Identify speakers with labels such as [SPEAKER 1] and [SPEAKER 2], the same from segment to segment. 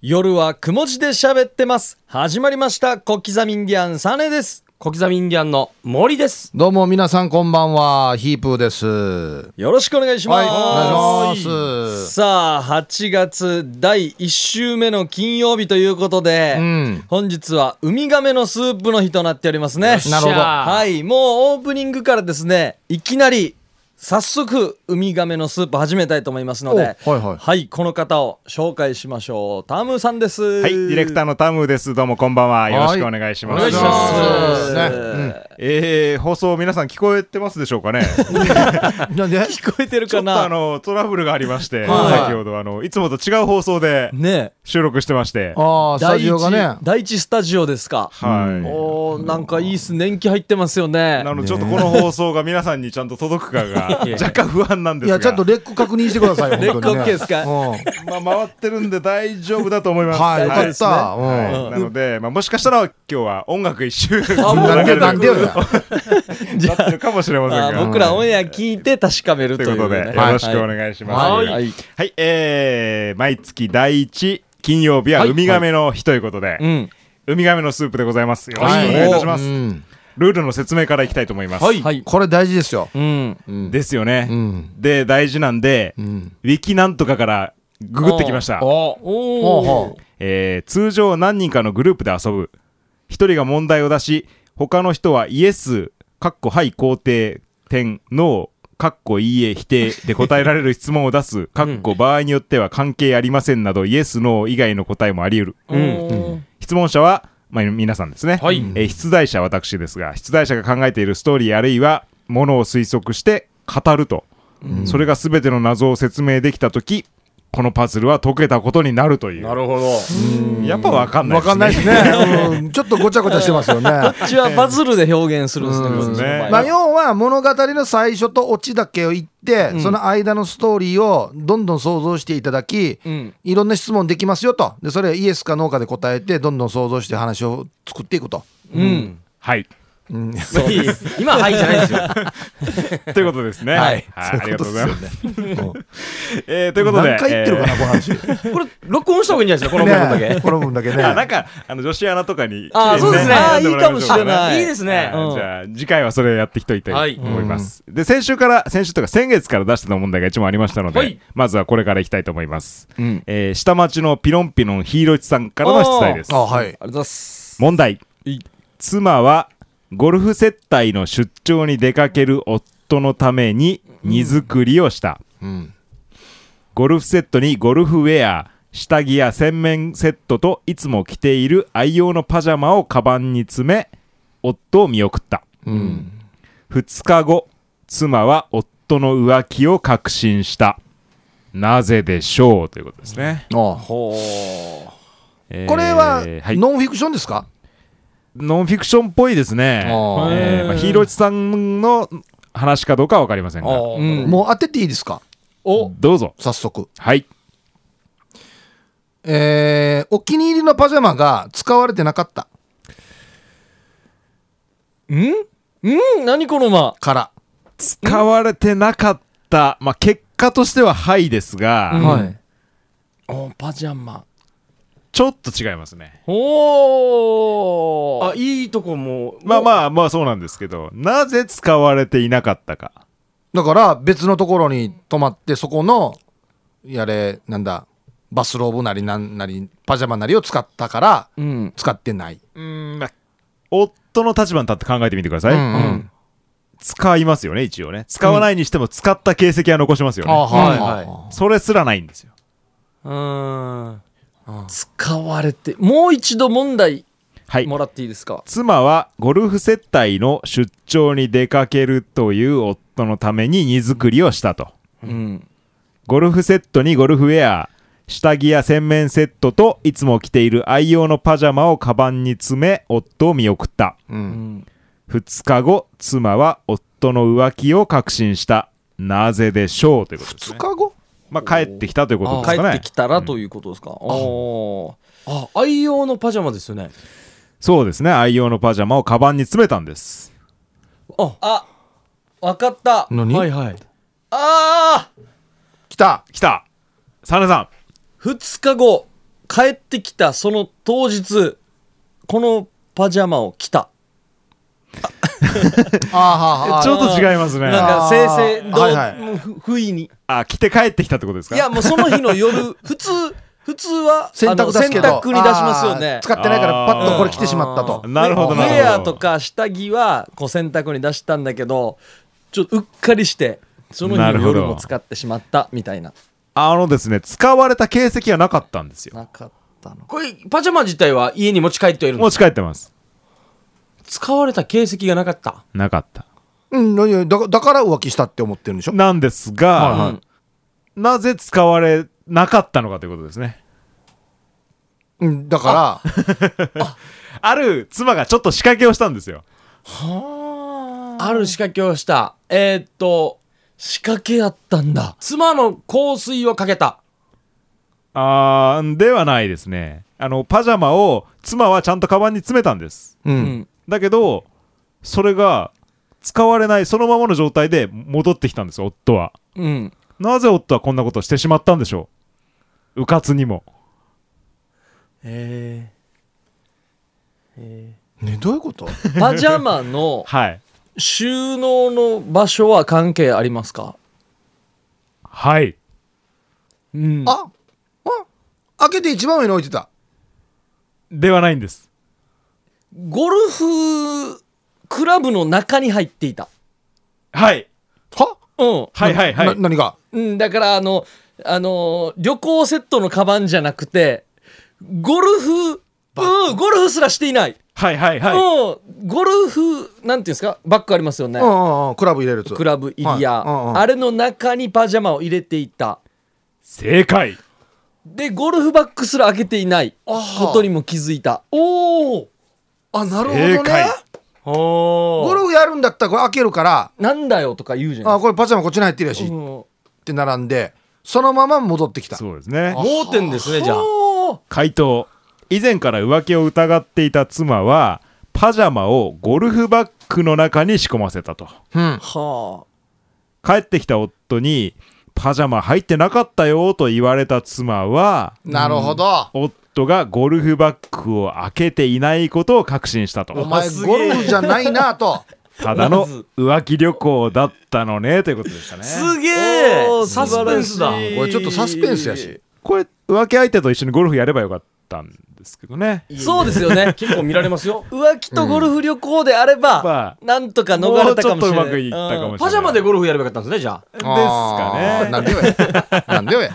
[SPEAKER 1] 夜はくも字で喋ってます。始まりました。小刻みインディアンサネです。
[SPEAKER 2] 小刻みインディアンの森です。
[SPEAKER 3] どうも皆さんこんばんは、ヒープーです。は
[SPEAKER 1] よろしくお願いします。
[SPEAKER 3] い、お願いします。
[SPEAKER 1] さあ、8月第1週目の金曜日ということで、
[SPEAKER 3] うん。
[SPEAKER 1] 本日はウミガメのスープの日となっておりますね。
[SPEAKER 3] なるほど
[SPEAKER 2] は。
[SPEAKER 1] はいい、もうオープニングからですね、いきなり早速ウミガメのスープ始めたいと思いますので、
[SPEAKER 3] おはいはい
[SPEAKER 1] この方を紹介しましょう。タムさんです。
[SPEAKER 4] はい、ディレクター
[SPEAKER 1] ー
[SPEAKER 4] のタムです。どうもこんばんは。よろしくお願いします。
[SPEAKER 3] は
[SPEAKER 1] お願いします。
[SPEAKER 3] お願いし
[SPEAKER 1] ね
[SPEAKER 4] えー、放送皆さん聞こえてますでしょ うかね。
[SPEAKER 3] なんで
[SPEAKER 1] 聞こえてる
[SPEAKER 4] ちょ
[SPEAKER 1] か
[SPEAKER 4] っとあ
[SPEAKER 1] な。
[SPEAKER 4] のトラブルがありまして、
[SPEAKER 3] はい
[SPEAKER 4] 先ほどあのいつもと違う放送で
[SPEAKER 1] ね、
[SPEAKER 4] 収録してまして、は
[SPEAKER 3] ああ、スタジオがね。
[SPEAKER 1] 第一スタジオですか。
[SPEAKER 4] い。
[SPEAKER 1] おーなんかいいっす年季入ってますよね
[SPEAKER 4] な。のでちょっとこの放送が皆さんにちゃんと届 くかが若干不安なんで
[SPEAKER 3] い
[SPEAKER 4] すが、
[SPEAKER 3] や、ちゃんとレック確認してくださいよ、
[SPEAKER 1] レック
[SPEAKER 3] 本当に、ね。
[SPEAKER 1] OK ですか
[SPEAKER 3] うん
[SPEAKER 4] まあ回ってるんで大丈夫だと 思います。
[SPEAKER 3] はい、よかっ
[SPEAKER 1] ね
[SPEAKER 3] た。
[SPEAKER 4] はいなので、まあ、もしかしたら今日は音楽一周
[SPEAKER 3] うん。なんで、なんでよ。
[SPEAKER 4] なってるかもしれません
[SPEAKER 1] あ
[SPEAKER 4] が。
[SPEAKER 1] ー僕らオンエア聞いて確かめる
[SPEAKER 4] と
[SPEAKER 1] と
[SPEAKER 4] い
[SPEAKER 1] いう
[SPEAKER 4] うことで、
[SPEAKER 1] ね。
[SPEAKER 4] よろしくお願いします。
[SPEAKER 1] は
[SPEAKER 2] はいい
[SPEAKER 1] はい
[SPEAKER 4] はい、えー、毎月第1金曜日は
[SPEAKER 1] はい
[SPEAKER 4] ウミガメの日ということで、
[SPEAKER 1] うん。
[SPEAKER 4] ウミガメのスープでございます。よろしくお
[SPEAKER 3] はい
[SPEAKER 4] 願いいたします。
[SPEAKER 3] うん
[SPEAKER 4] ルールの説明からいきたいと思います。
[SPEAKER 2] はい
[SPEAKER 1] はい。
[SPEAKER 3] これ大事ですよ。
[SPEAKER 1] うん。
[SPEAKER 4] ですよね、
[SPEAKER 3] うん。
[SPEAKER 4] で、大事なんで、
[SPEAKER 3] うん。
[SPEAKER 4] ウィキなんとかからググってきました。
[SPEAKER 2] お
[SPEAKER 3] ほう
[SPEAKER 1] お
[SPEAKER 3] ほ
[SPEAKER 1] お。
[SPEAKER 4] えー、通常何人かのグループで遊ぶ。一人が問題を出し、他の人はイエス、かっこはい肯定、点、ノー、かっこいいえ否定で答えられる質問を出す、かっこ場合によっては関係ありませんなど、イエス、ノー以外の答えもあり得
[SPEAKER 1] う
[SPEAKER 4] る。
[SPEAKER 1] ん。
[SPEAKER 4] 質問者は、まあ、皆さんですね、
[SPEAKER 2] はい
[SPEAKER 4] えー出題者は私ですが出題者が考えているストーリーあるいはものを推測して語ると、それが全ての謎を説明できた時このパズルは解けたことになるという
[SPEAKER 2] なるほど。
[SPEAKER 4] やっぱ分かんない
[SPEAKER 3] わ
[SPEAKER 4] ですね
[SPEAKER 3] かんないですね。うんちょっとごちゃごちゃしてますよね。
[SPEAKER 1] うちはパズルで表現するんですね。
[SPEAKER 3] うん
[SPEAKER 1] こっちの場合は
[SPEAKER 3] まあ、要は物語の最初とオチだけを言って、その間のストーリーをどんどん想像していただき、
[SPEAKER 1] うん
[SPEAKER 3] いろんな質問できますよとでそれイエスかノーかで答えてどんどん想像して話を作っていくと
[SPEAKER 1] うん。
[SPEAKER 4] はい
[SPEAKER 2] 今はいじゃないですよ。
[SPEAKER 4] ということですね
[SPEAKER 3] はい
[SPEAKER 4] ありがとうございます
[SPEAKER 3] そういうことです
[SPEAKER 4] えーという
[SPEAKER 3] よ
[SPEAKER 4] こ
[SPEAKER 3] ね
[SPEAKER 4] と
[SPEAKER 3] 何回
[SPEAKER 4] で
[SPEAKER 3] 言ってるかな、この話 ね
[SPEAKER 2] これ、録音した方がいいんじゃないですか、この部分だ
[SPEAKER 3] えこの分だけね
[SPEAKER 4] えー あなんかあの女子アナとかに
[SPEAKER 1] あー
[SPEAKER 4] きれ
[SPEAKER 1] そ
[SPEAKER 4] いに
[SPEAKER 1] うですね
[SPEAKER 4] 選んでらえると
[SPEAKER 1] あーいいかもしれない
[SPEAKER 2] け。いいですね。
[SPEAKER 1] うん
[SPEAKER 4] じゃあ次回はそれやっていきといた
[SPEAKER 2] はいい
[SPEAKER 4] と思います、で先週から先週とか先月から出してた問題が一問ありましたので、
[SPEAKER 2] はい
[SPEAKER 4] まずはこれからいきたいと思います、
[SPEAKER 1] うん
[SPEAKER 4] えー下町のピロンピロンヒーローチさんからの出題です
[SPEAKER 3] あは
[SPEAKER 1] あ
[SPEAKER 3] い
[SPEAKER 1] りがとうございます。
[SPEAKER 4] 問題
[SPEAKER 1] い
[SPEAKER 4] 妻はゴルフ接待の出張に出かける夫のために荷造りをした、
[SPEAKER 3] うん
[SPEAKER 4] ゴルフセットにゴルフウェア下着や洗面セットといつも着ている愛用のパジャマをカバンに詰め夫を見送った
[SPEAKER 3] うん
[SPEAKER 4] 2日後妻は夫の浮気を確信したなぜでしょうということですね、
[SPEAKER 3] あ
[SPEAKER 1] ほ
[SPEAKER 4] えー
[SPEAKER 3] これは
[SPEAKER 4] はい
[SPEAKER 3] ノンフィクションですか
[SPEAKER 4] ノンフィクションっぽいですね、
[SPEAKER 3] あ
[SPEAKER 1] ー
[SPEAKER 4] えーまあ、ヒーローチさんの話かどうかは分かりませんが
[SPEAKER 1] う。うん。
[SPEAKER 3] もう当てていいですか
[SPEAKER 1] お。
[SPEAKER 4] どうぞ
[SPEAKER 3] 早速
[SPEAKER 4] はい
[SPEAKER 3] えーお気に入りのパジャマが使われてなかった
[SPEAKER 1] うん。何この間。
[SPEAKER 3] から
[SPEAKER 4] 使われてなかった、まあ、結果としてははいですが、
[SPEAKER 1] うん
[SPEAKER 3] はい
[SPEAKER 1] おパジャマ。
[SPEAKER 4] ちょっと違いますね
[SPEAKER 1] おお。
[SPEAKER 2] あ、いいとこも。
[SPEAKER 4] まあまあまあそうなんですけどなぜ使われていなかったか
[SPEAKER 3] だから別のところに泊まってそこのやれなんだバスローブなりなんなりパジャマなりを使ったから
[SPEAKER 1] うん。
[SPEAKER 3] 使ってない、
[SPEAKER 4] うんまあ夫の立場に立って考えてみてください、
[SPEAKER 3] うんうん
[SPEAKER 4] 使いますよね一応ね使わないにしても使った形跡は残しますよ
[SPEAKER 3] あ
[SPEAKER 4] ね、
[SPEAKER 3] はい
[SPEAKER 2] は
[SPEAKER 3] はいい
[SPEAKER 4] それすらないんですよ
[SPEAKER 2] うーん。
[SPEAKER 1] 使われて。もう一度問題
[SPEAKER 4] はい
[SPEAKER 1] もらっていいですか。
[SPEAKER 4] 妻はゴルフ接待の出張に出かけるという夫のために荷造りをしたと
[SPEAKER 1] うん。
[SPEAKER 4] ゴルフセットにゴルフウェア下着や洗面セットといつも着ている愛用のパジャマをカバンに詰め夫を見送った
[SPEAKER 1] うん。
[SPEAKER 4] 2日後妻は夫の浮気を確信したなぜでしょうということです、
[SPEAKER 3] 2
[SPEAKER 4] ね、
[SPEAKER 3] 日後
[SPEAKER 4] まあ帰ってきたということです
[SPEAKER 1] 帰
[SPEAKER 4] かね
[SPEAKER 1] ってきたらということですか。おお。
[SPEAKER 2] あ、愛用のパジャマですよね。
[SPEAKER 4] そうですね愛用のパジャマをカバンに詰めたんです
[SPEAKER 2] あ、
[SPEAKER 1] あ。わかった。
[SPEAKER 3] 何、
[SPEAKER 2] はいはい。
[SPEAKER 1] ああ。
[SPEAKER 3] 来た
[SPEAKER 4] 来たサネさん
[SPEAKER 1] 2日後帰ってきたその当日このパジャマを着た
[SPEAKER 3] あーはーはー
[SPEAKER 4] ちょっと違いますね。
[SPEAKER 1] なん
[SPEAKER 4] あ
[SPEAKER 1] か正々堂
[SPEAKER 3] はいはい
[SPEAKER 1] もうふ不意に
[SPEAKER 4] あ、着て帰ってきたってことですか
[SPEAKER 1] いや、もうその日の夜普通普通は
[SPEAKER 3] 洗濯出すけど
[SPEAKER 1] あの洗濯に出しますよ
[SPEAKER 3] あー
[SPEAKER 1] ね
[SPEAKER 3] 使ってないからパッとこれ来てしまったと
[SPEAKER 2] あ
[SPEAKER 4] なるほど、
[SPEAKER 1] ウ
[SPEAKER 4] な
[SPEAKER 1] ェア
[SPEAKER 4] るほ
[SPEAKER 1] と
[SPEAKER 4] ど。
[SPEAKER 1] か下着はこう洗濯に出したんだけどちょっとうっかりしてその日
[SPEAKER 4] な
[SPEAKER 1] の
[SPEAKER 4] るほど
[SPEAKER 1] 夜も使ってしまったみたいな
[SPEAKER 4] あのですね、使われた形跡はなかったんですよ。
[SPEAKER 1] なかったの
[SPEAKER 2] これ、パジャマ自体は家に持ち帰ってはいるんで
[SPEAKER 4] 持
[SPEAKER 2] す
[SPEAKER 4] ち帰ってます。
[SPEAKER 2] 使われた形跡がなかった。
[SPEAKER 4] なかった。
[SPEAKER 3] うん何々だかだから浮気したって思ってるんでしょ
[SPEAKER 4] なんですが、
[SPEAKER 2] はいはい
[SPEAKER 4] なぜ使われなかったのかということですね。
[SPEAKER 3] うんだから
[SPEAKER 4] ある妻がちょっと仕掛けをしたんですよ。
[SPEAKER 2] ある仕掛けをした。えーっと、
[SPEAKER 1] 仕掛けあったんだ
[SPEAKER 2] 妻の香水をかけた。
[SPEAKER 4] あーではないですね。あの、パジャマを妻はちゃんとカバンに詰めたんです。
[SPEAKER 3] う
[SPEAKER 1] うんん
[SPEAKER 4] だけど、それが使われない、そのままの状態で戻ってきたんですよ、夫は。
[SPEAKER 1] うん
[SPEAKER 4] なぜ夫はこんなことをしてしまったんでしょう。うかつにも。
[SPEAKER 1] え
[SPEAKER 3] ねどういうこと
[SPEAKER 1] ーパジャマの
[SPEAKER 4] はい。
[SPEAKER 1] 収納の場所は関係ありますか
[SPEAKER 4] はい。
[SPEAKER 1] うん
[SPEAKER 3] ああ開けて一番上に置いてた
[SPEAKER 4] ではないんです。
[SPEAKER 1] ゴルフクラブの中に入っていた
[SPEAKER 4] はい。
[SPEAKER 3] は
[SPEAKER 1] うん
[SPEAKER 4] はいはいは。
[SPEAKER 3] ない何が
[SPEAKER 1] うん、だからあの、あのー旅行セットのカバンじゃなくて、ゴルフ、うん、ゴルフすらしていない。
[SPEAKER 4] はいはいはい。
[SPEAKER 1] うん、ゴルフ、なんていうんですか、バッグありますよね。
[SPEAKER 3] うんうんうんクラブ入れるやつ
[SPEAKER 1] クラブ入りや、
[SPEAKER 3] はいうんうん
[SPEAKER 1] あれの中にパジャマを入れていた。
[SPEAKER 4] 正解。
[SPEAKER 1] で、ゴルフバッグすら開けていない
[SPEAKER 3] あ
[SPEAKER 1] ことにも気づいた。おお
[SPEAKER 3] あなるほど
[SPEAKER 4] 正
[SPEAKER 3] ね
[SPEAKER 4] 解
[SPEAKER 2] お
[SPEAKER 3] ゴルフやるんだったらこれ開けるから
[SPEAKER 1] なんだよとか言うじゃない
[SPEAKER 3] あこれパジャマこっちに入ってるやし
[SPEAKER 1] ですか。
[SPEAKER 3] っ
[SPEAKER 1] うん
[SPEAKER 3] て並んでそのまま戻ってきた
[SPEAKER 4] そうですね。
[SPEAKER 2] 盲点ですね、じゃあ。
[SPEAKER 1] おー
[SPEAKER 4] 回答以前から浮気を疑っていた妻はパジャマをゴルフバッグの中に仕込ませたと
[SPEAKER 3] うん
[SPEAKER 1] は
[SPEAKER 4] 帰ってきた夫に「パジャマ入ってなかったよ」と言われた妻は
[SPEAKER 3] なるほど
[SPEAKER 4] 夫がゴルフバッグを開けていないことを確信した
[SPEAKER 3] お
[SPEAKER 4] と
[SPEAKER 3] 前ゴルフじゃないなと
[SPEAKER 4] ただの浮気旅行だったのねということでしたね
[SPEAKER 1] あ。すげえ
[SPEAKER 2] おーサスペンスだ
[SPEAKER 1] 素晴らしい
[SPEAKER 3] これちょっとサスペンスやし
[SPEAKER 4] これ浮気相手と一緒にゴルフやればよかったんですけどね
[SPEAKER 1] そうですよ ね。。
[SPEAKER 2] 結構見られますよ
[SPEAKER 1] 浮気とゴルフ旅行であれ
[SPEAKER 4] うんま
[SPEAKER 1] ば、なんとか逃れたかもしれない。
[SPEAKER 4] もうちょっとうまくいったかもしれない
[SPEAKER 1] うん
[SPEAKER 2] パジャマでゴルフやればよかったんですね、じゃあ。
[SPEAKER 4] ですか
[SPEAKER 3] あー
[SPEAKER 4] ね
[SPEAKER 3] なんでよやなんでよや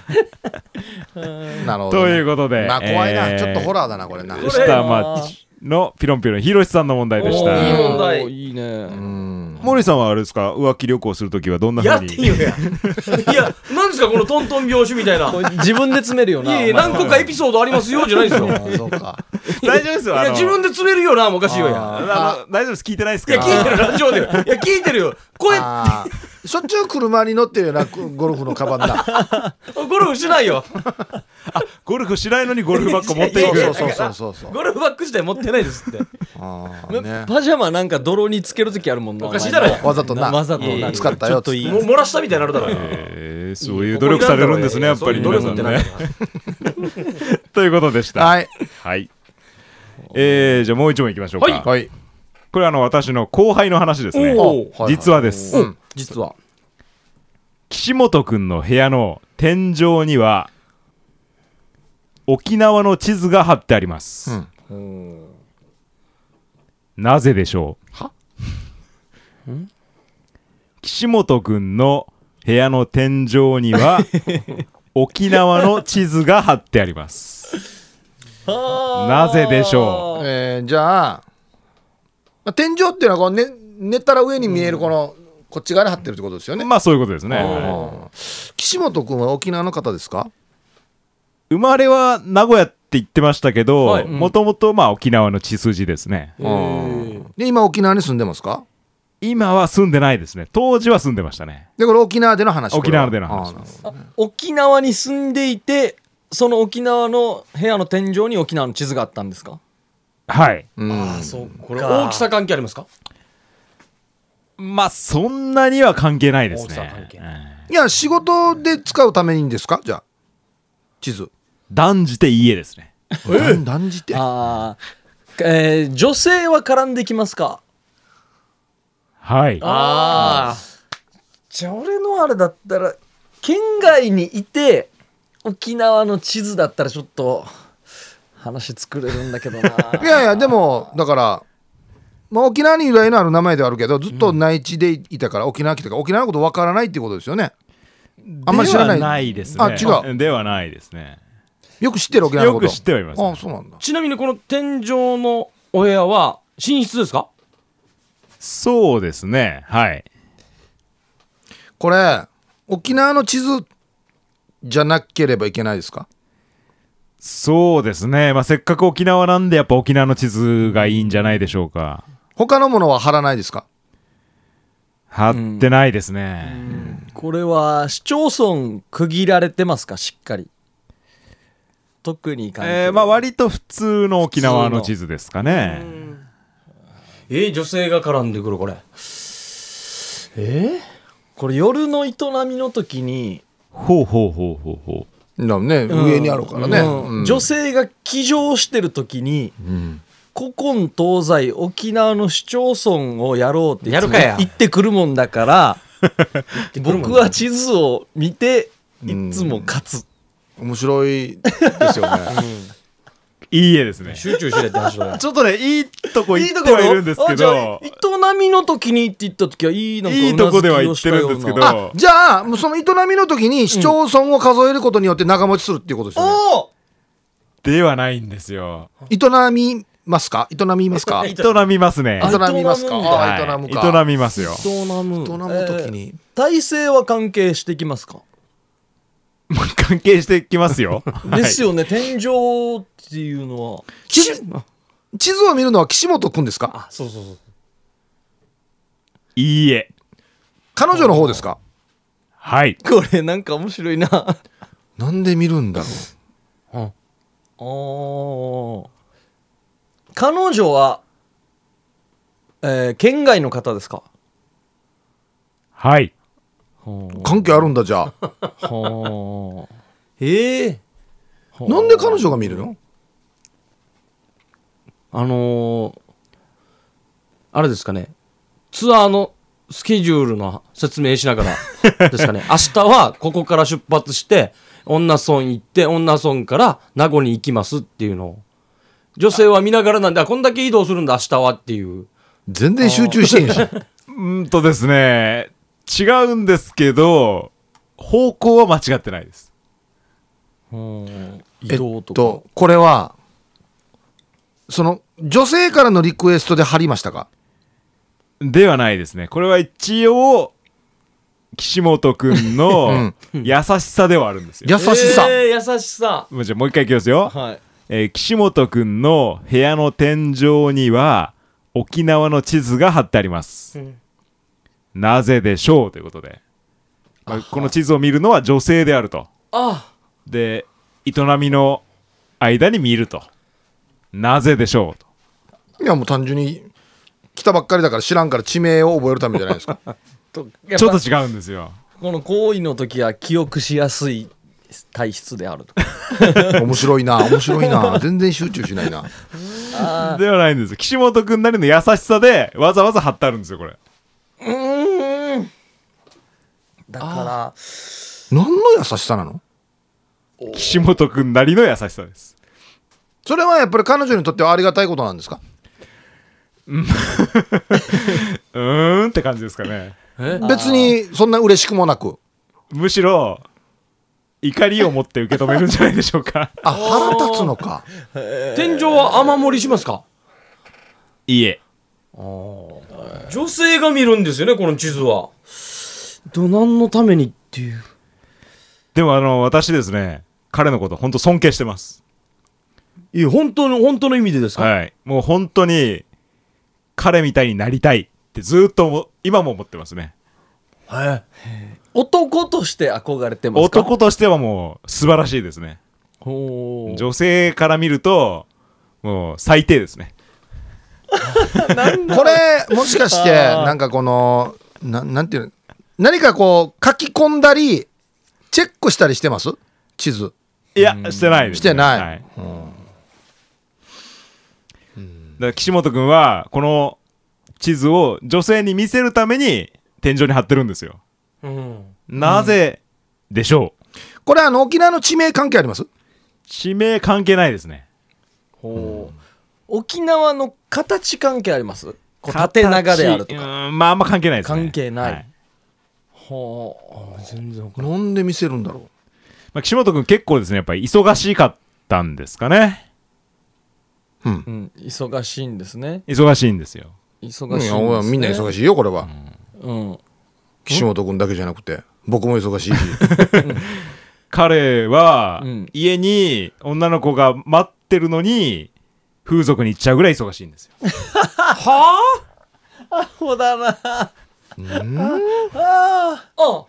[SPEAKER 3] なるほどね
[SPEAKER 4] ということで
[SPEAKER 3] まあ怖いな、
[SPEAKER 4] えー
[SPEAKER 3] ちょっとホラーだなこれな
[SPEAKER 1] れ
[SPEAKER 4] 下町のピロンピロンひろしさんの問題でし
[SPEAKER 1] おーいい
[SPEAKER 4] た
[SPEAKER 1] 問題
[SPEAKER 2] おーいいね。
[SPEAKER 3] うん
[SPEAKER 4] 森さんはあれですか浮気旅行するときはどんな
[SPEAKER 2] や
[SPEAKER 4] ふ
[SPEAKER 2] っ
[SPEAKER 4] う
[SPEAKER 2] て
[SPEAKER 4] に
[SPEAKER 2] いいよ、いや。いや、なんですか、このトントン拍子みたいな。
[SPEAKER 1] これ自分で詰めるよ
[SPEAKER 2] い
[SPEAKER 1] な。
[SPEAKER 2] やいや、
[SPEAKER 1] お前
[SPEAKER 2] 何個かエピソードありますよ、じゃないですよ。い
[SPEAKER 3] あそう か
[SPEAKER 4] 大丈夫ですよあ
[SPEAKER 2] や、
[SPEAKER 4] の
[SPEAKER 2] 自分で詰めるよな、もうおかしいよ、いや。
[SPEAKER 4] あの大丈夫です聞いてないです
[SPEAKER 2] い
[SPEAKER 4] か
[SPEAKER 2] や、聞
[SPEAKER 4] ら
[SPEAKER 2] いてる、ラジオで。いや、聞いてるよ。声、
[SPEAKER 3] あーしょっちゅう車に乗ってるよなこゴルフのカバンだ
[SPEAKER 2] ゴルフしないよ。
[SPEAKER 4] ゴルフしないのにゴルフバッグ持 ってい
[SPEAKER 3] そう
[SPEAKER 4] く
[SPEAKER 3] そうそうそうそうそう
[SPEAKER 2] ゴルフバッグ自体持ってないですって。
[SPEAKER 3] あーね
[SPEAKER 1] パジャマなんか泥につけるときあるもんな。
[SPEAKER 2] おかしいだろ
[SPEAKER 3] わざとな
[SPEAKER 1] わざと
[SPEAKER 2] いやい
[SPEAKER 1] な。
[SPEAKER 2] や
[SPEAKER 3] 使った
[SPEAKER 1] ちょ
[SPEAKER 3] よ
[SPEAKER 1] っといい
[SPEAKER 2] も。漏らしたみたいになるだろうよ。
[SPEAKER 4] えーそういう努力されるんですねやっぱり
[SPEAKER 2] そうい
[SPEAKER 4] 皆
[SPEAKER 2] う
[SPEAKER 4] さ
[SPEAKER 2] 努力
[SPEAKER 4] ん
[SPEAKER 2] ってな
[SPEAKER 4] ね
[SPEAKER 2] んだから
[SPEAKER 4] ということでした
[SPEAKER 3] はい
[SPEAKER 4] はいえーじゃあもう一問いきましょうか
[SPEAKER 3] はい
[SPEAKER 4] これあの私の後輩の話です
[SPEAKER 2] お
[SPEAKER 4] ね
[SPEAKER 2] ー
[SPEAKER 3] はいはい
[SPEAKER 4] 実はです
[SPEAKER 3] うん
[SPEAKER 2] 実は。
[SPEAKER 4] 岸本くんの部屋の天井には沖縄の地図が貼ってあります、
[SPEAKER 3] うん
[SPEAKER 4] なぜでしょう 岸本くんの部屋の天井には沖縄の地図が貼ってありますなぜでしょ
[SPEAKER 3] えーじゃあまあ天井っていうのはこう、ね、寝たら上に見えるこの、こっち側に張ってるってことですよね、
[SPEAKER 4] まあそういうことですね、はい
[SPEAKER 3] 岸本君は沖縄の方ですか
[SPEAKER 4] 生まれは名古屋って言ってましたけ
[SPEAKER 2] は
[SPEAKER 4] ど
[SPEAKER 2] い
[SPEAKER 4] もともとまあ沖縄の血筋ですね
[SPEAKER 3] で今沖縄に住んでますか
[SPEAKER 4] 今は住んでないですね当時は住んでましたね
[SPEAKER 3] でこれ沖縄での話
[SPEAKER 4] 沖縄での話
[SPEAKER 3] これはあー
[SPEAKER 1] 沖縄に住んでいて、その沖縄の部屋の天井に沖縄の地図があったんですか
[SPEAKER 4] はい
[SPEAKER 3] うん
[SPEAKER 1] あ、そう。こ
[SPEAKER 2] これ、大きさ関係ありますか
[SPEAKER 4] まあそんなには関係ないです
[SPEAKER 2] 大きさは関
[SPEAKER 4] ね
[SPEAKER 2] 係
[SPEAKER 4] うん
[SPEAKER 3] いや仕事で使うためにですかじゃあ地図
[SPEAKER 4] 断じて家ですね。
[SPEAKER 3] 断断じて
[SPEAKER 1] あーえー女性は絡んできますか
[SPEAKER 4] はい。
[SPEAKER 2] あ
[SPEAKER 1] じゃあ俺のあれだったら県外にいて沖縄の地図だったらちょっと話作れるんだけどな
[SPEAKER 3] いやいやでもだから、まあ、沖縄に由来のある名前ではあるけどずっと内地でいたから沖縄来たから沖縄のことわからないっていうことですよねあんまり知らない
[SPEAKER 4] ではないですね。
[SPEAKER 3] あ違
[SPEAKER 4] う。ではないですね。
[SPEAKER 3] よく知ってる沖縄のこと
[SPEAKER 4] よく知ってはいます
[SPEAKER 3] あそうなんだ
[SPEAKER 2] ちなみにこの天井のお部屋は寝室ですか
[SPEAKER 4] そうですね。はい。
[SPEAKER 3] これ沖縄の地図じゃなければいけないですか
[SPEAKER 4] そうですね。まあ、せっかく沖縄なんで、やっぱ沖縄の地図がいいんじゃないでしょうか。
[SPEAKER 3] 他のものは貼らないですか
[SPEAKER 4] 貼ってないですね。
[SPEAKER 1] これは市町村区切られてますかしっかり特に関係ない
[SPEAKER 4] えーまあ、割と普通の沖縄の地図ですかね。
[SPEAKER 2] えー、女性が絡んでくるこれ
[SPEAKER 1] えーこれ夜の営みの時に、
[SPEAKER 4] ほうほうほうほうほう。
[SPEAKER 3] だね、上にあるからね、
[SPEAKER 1] うん
[SPEAKER 3] うん
[SPEAKER 1] 女性が騎乗してる時に、古今東西沖縄の市町村をやろうっていつも
[SPEAKER 2] やるかや
[SPEAKER 1] 言ってくるもんだから 僕は地図を見ていつも勝つ、
[SPEAKER 3] 面白いですよね
[SPEAKER 4] いい絵ですね。
[SPEAKER 2] 集中しれって話だ ね
[SPEAKER 4] ちょっとね、いいとこ
[SPEAKER 1] い
[SPEAKER 4] 行
[SPEAKER 1] い
[SPEAKER 4] っ
[SPEAKER 1] と
[SPEAKER 4] て
[SPEAKER 1] こ
[SPEAKER 4] は
[SPEAKER 1] ろ
[SPEAKER 4] いるんですけど
[SPEAKER 1] あ、じゃあ営みの時にって言った時はいいなんか
[SPEAKER 4] いいとこでは言ってるんですけ
[SPEAKER 1] うなずきをしたような
[SPEAKER 4] ど、
[SPEAKER 3] じゃあもうその営みの時に市町村を数えることによって長持ちするっていうことですよね、
[SPEAKER 1] おお
[SPEAKER 4] ではないんですよ。
[SPEAKER 3] 営みますか営みますか営
[SPEAKER 4] 営みますね。
[SPEAKER 1] あ
[SPEAKER 3] みます
[SPEAKER 1] 営
[SPEAKER 3] か
[SPEAKER 1] むんだ
[SPEAKER 3] あ営むか
[SPEAKER 4] 営みますよ。
[SPEAKER 1] 営む
[SPEAKER 3] 営む時に
[SPEAKER 1] 体制は関係してきますか
[SPEAKER 4] まあ関係してきますよ。
[SPEAKER 1] ですよね、天井っていうのは
[SPEAKER 3] 地図地図を見るのは岸本君ですか
[SPEAKER 2] そうそうそう
[SPEAKER 4] はい。いいえ。
[SPEAKER 3] 彼女の方ですか
[SPEAKER 4] はい。
[SPEAKER 1] これなんか面白いなあ
[SPEAKER 3] なんで見るんだろう
[SPEAKER 1] ー彼女は、えー県外の方ですか
[SPEAKER 4] はい。
[SPEAKER 3] 関係あるんだじゃあ
[SPEAKER 2] ええ
[SPEAKER 3] なんで彼女が見るの
[SPEAKER 2] あのー、あれですかね、ツアーのスケジュールの説明しながら ですかね、明日はここから出発して、女村行って、女村から名護に行きますっていうのを、女性は見ながらなんで、あこんだけ移動するんだ、明日はっていう。
[SPEAKER 3] 全然集中してへんし
[SPEAKER 4] うーんとですね、違うんですけど、方向は間違ってないです。
[SPEAKER 1] 移
[SPEAKER 3] えっ
[SPEAKER 1] 動とか、
[SPEAKER 3] とこれはその女性からのリクエストで貼りましたか
[SPEAKER 4] ではないですね。これは一応、岸本くんの優しさではあるんですよ。
[SPEAKER 3] 優しさ、
[SPEAKER 2] えー優しさ。
[SPEAKER 4] もうじゃあもう一回いきますよ。
[SPEAKER 1] はい
[SPEAKER 4] えー岸本くんの部屋の天井には沖縄の地図が貼ってあります、なぜでしょうということで、まあこの地図を見るのは女性であると
[SPEAKER 2] あ
[SPEAKER 4] で営みの間に見るとなぜでしょうと
[SPEAKER 3] いやもう単純に来たばっかりだから知らんから地名を覚えるためじゃないで すか
[SPEAKER 1] とやっ
[SPEAKER 4] ちょ
[SPEAKER 1] ぱ
[SPEAKER 4] っと違うんですよ
[SPEAKER 1] この行為の時は記憶しやすい体質であるとか
[SPEAKER 3] 面白いな面白いな全然集中しないな
[SPEAKER 1] あ
[SPEAKER 4] ではないんです岸本くんなりの優しさでわざわざ貼ってあるんですよこれ
[SPEAKER 1] ーうーんだから
[SPEAKER 3] 何の優しさなの
[SPEAKER 4] 岸本くんなりの優しさです
[SPEAKER 3] それはやっぱり彼女にとってはありがたいことなんですか
[SPEAKER 4] うーんって感じですかね
[SPEAKER 3] 別にそんな嬉しくもなく
[SPEAKER 4] むしろ怒りを持って受け止めるんじゃないでしょうか
[SPEAKER 3] あ腹立つのか
[SPEAKER 2] 天井は雨漏りしますか
[SPEAKER 4] いいえ
[SPEAKER 2] 女性が見るんですよね、この地図は。どなんのためにっていう。
[SPEAKER 4] でもあの私ですね彼のこと本当尊敬してます
[SPEAKER 2] いや、本当の、本当の意味でですか、
[SPEAKER 4] はいもう本当に彼みたいになりたいってずーっと思今も思ってますね
[SPEAKER 2] はい
[SPEAKER 1] 男として憧れてますか
[SPEAKER 4] 男としてはもう素晴らしいですね
[SPEAKER 1] ほ
[SPEAKER 4] 女性から見るともう最低ですね
[SPEAKER 3] これもし かしてなんかこのななんていうの何かこう書き込んだりチェックしたりしてます地図
[SPEAKER 4] いや、してないですね、
[SPEAKER 3] してない、
[SPEAKER 4] は
[SPEAKER 3] うん
[SPEAKER 4] だから岸本君はこの地図を女性に見せるために天井に貼ってるんですよ
[SPEAKER 2] うん。
[SPEAKER 4] なぜでしょう、
[SPEAKER 3] これあの沖縄の地名関係あります
[SPEAKER 4] 地名関係ないですね
[SPEAKER 1] ほう沖縄の形関係ありますこう縦長であると
[SPEAKER 4] う
[SPEAKER 1] か
[SPEAKER 4] ーんまああんま関係ないですね
[SPEAKER 1] 関係ない
[SPEAKER 4] はい
[SPEAKER 1] ほう
[SPEAKER 2] 全然わか
[SPEAKER 3] なんで見せるんだろ
[SPEAKER 4] まあ、岸本君結構ですねやっぱり忙しかったんですかね
[SPEAKER 3] ううん
[SPEAKER 1] うん、忙しいんですね
[SPEAKER 4] 忙しいんですよ
[SPEAKER 1] 忙しいん
[SPEAKER 3] うん
[SPEAKER 1] で
[SPEAKER 3] い
[SPEAKER 1] す、
[SPEAKER 3] や
[SPEAKER 1] ね
[SPEAKER 3] おいみんな忙
[SPEAKER 1] しい、
[SPEAKER 3] しいよこれは、
[SPEAKER 1] うん、
[SPEAKER 3] 岸本君だけじゃなくて僕も忙しいし
[SPEAKER 4] 彼は
[SPEAKER 1] うん
[SPEAKER 4] 家に女の子が待ってるのに風俗に行っちゃうぐらい忙しいんですよ
[SPEAKER 2] は
[SPEAKER 1] そうだなああ
[SPEAKER 2] ああっ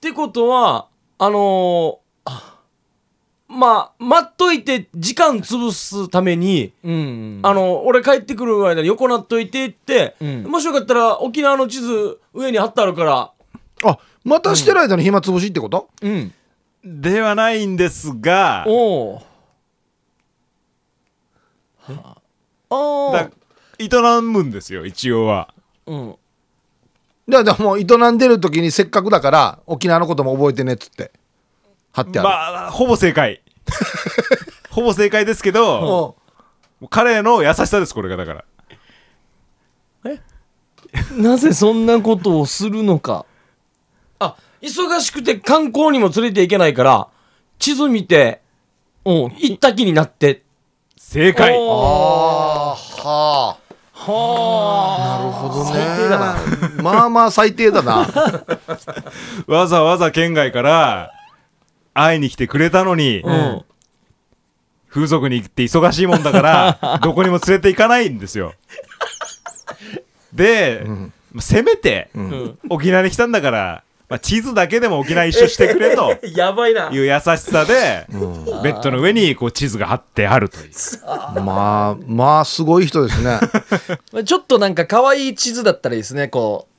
[SPEAKER 2] てことは、あのーあまあ、待っといて時間潰すために、
[SPEAKER 1] うん
[SPEAKER 2] あの、俺帰ってくる間に横なっといてって、
[SPEAKER 1] うん
[SPEAKER 2] もしよかったら沖縄の地図上に貼ってあるから、
[SPEAKER 3] あまたしてる間に暇つぶしってこと、
[SPEAKER 1] うん
[SPEAKER 4] ではないんですが
[SPEAKER 1] おうお
[SPEAKER 4] だ
[SPEAKER 1] あ
[SPEAKER 4] 営むんですよ一応は
[SPEAKER 1] うん
[SPEAKER 3] だからもう営んでる時にせっかくだから沖縄のことも覚えてねっつって貼ってある、
[SPEAKER 4] まあほぼ 正解ほぼ正解ですけ
[SPEAKER 3] う
[SPEAKER 4] ど
[SPEAKER 3] ん
[SPEAKER 4] もう彼の優しさですこれがだから
[SPEAKER 1] なぜそんなことをするのか
[SPEAKER 2] あ、忙しくて観光にも連れていけないから、地図見て、
[SPEAKER 1] おう
[SPEAKER 2] 行った気になって。
[SPEAKER 4] 正解
[SPEAKER 3] あーはあなるほどねまあまあ最低だ な
[SPEAKER 4] わざわざ県外から会いに来てくれたのに、
[SPEAKER 2] うん。
[SPEAKER 4] 風俗に行って忙しいもんだからどこにも連れて行かないんですよで、せめて、
[SPEAKER 2] ん
[SPEAKER 4] 沖縄に来たんだから、まあ、地図だけでも沖縄一周してくれと
[SPEAKER 2] やばいな
[SPEAKER 4] いう。優しさで、ベッドの上にこう地図が貼ってあるという
[SPEAKER 3] まあまあすごい人ですね
[SPEAKER 1] まあちょっとなんか可愛い地図だったらいいですねこう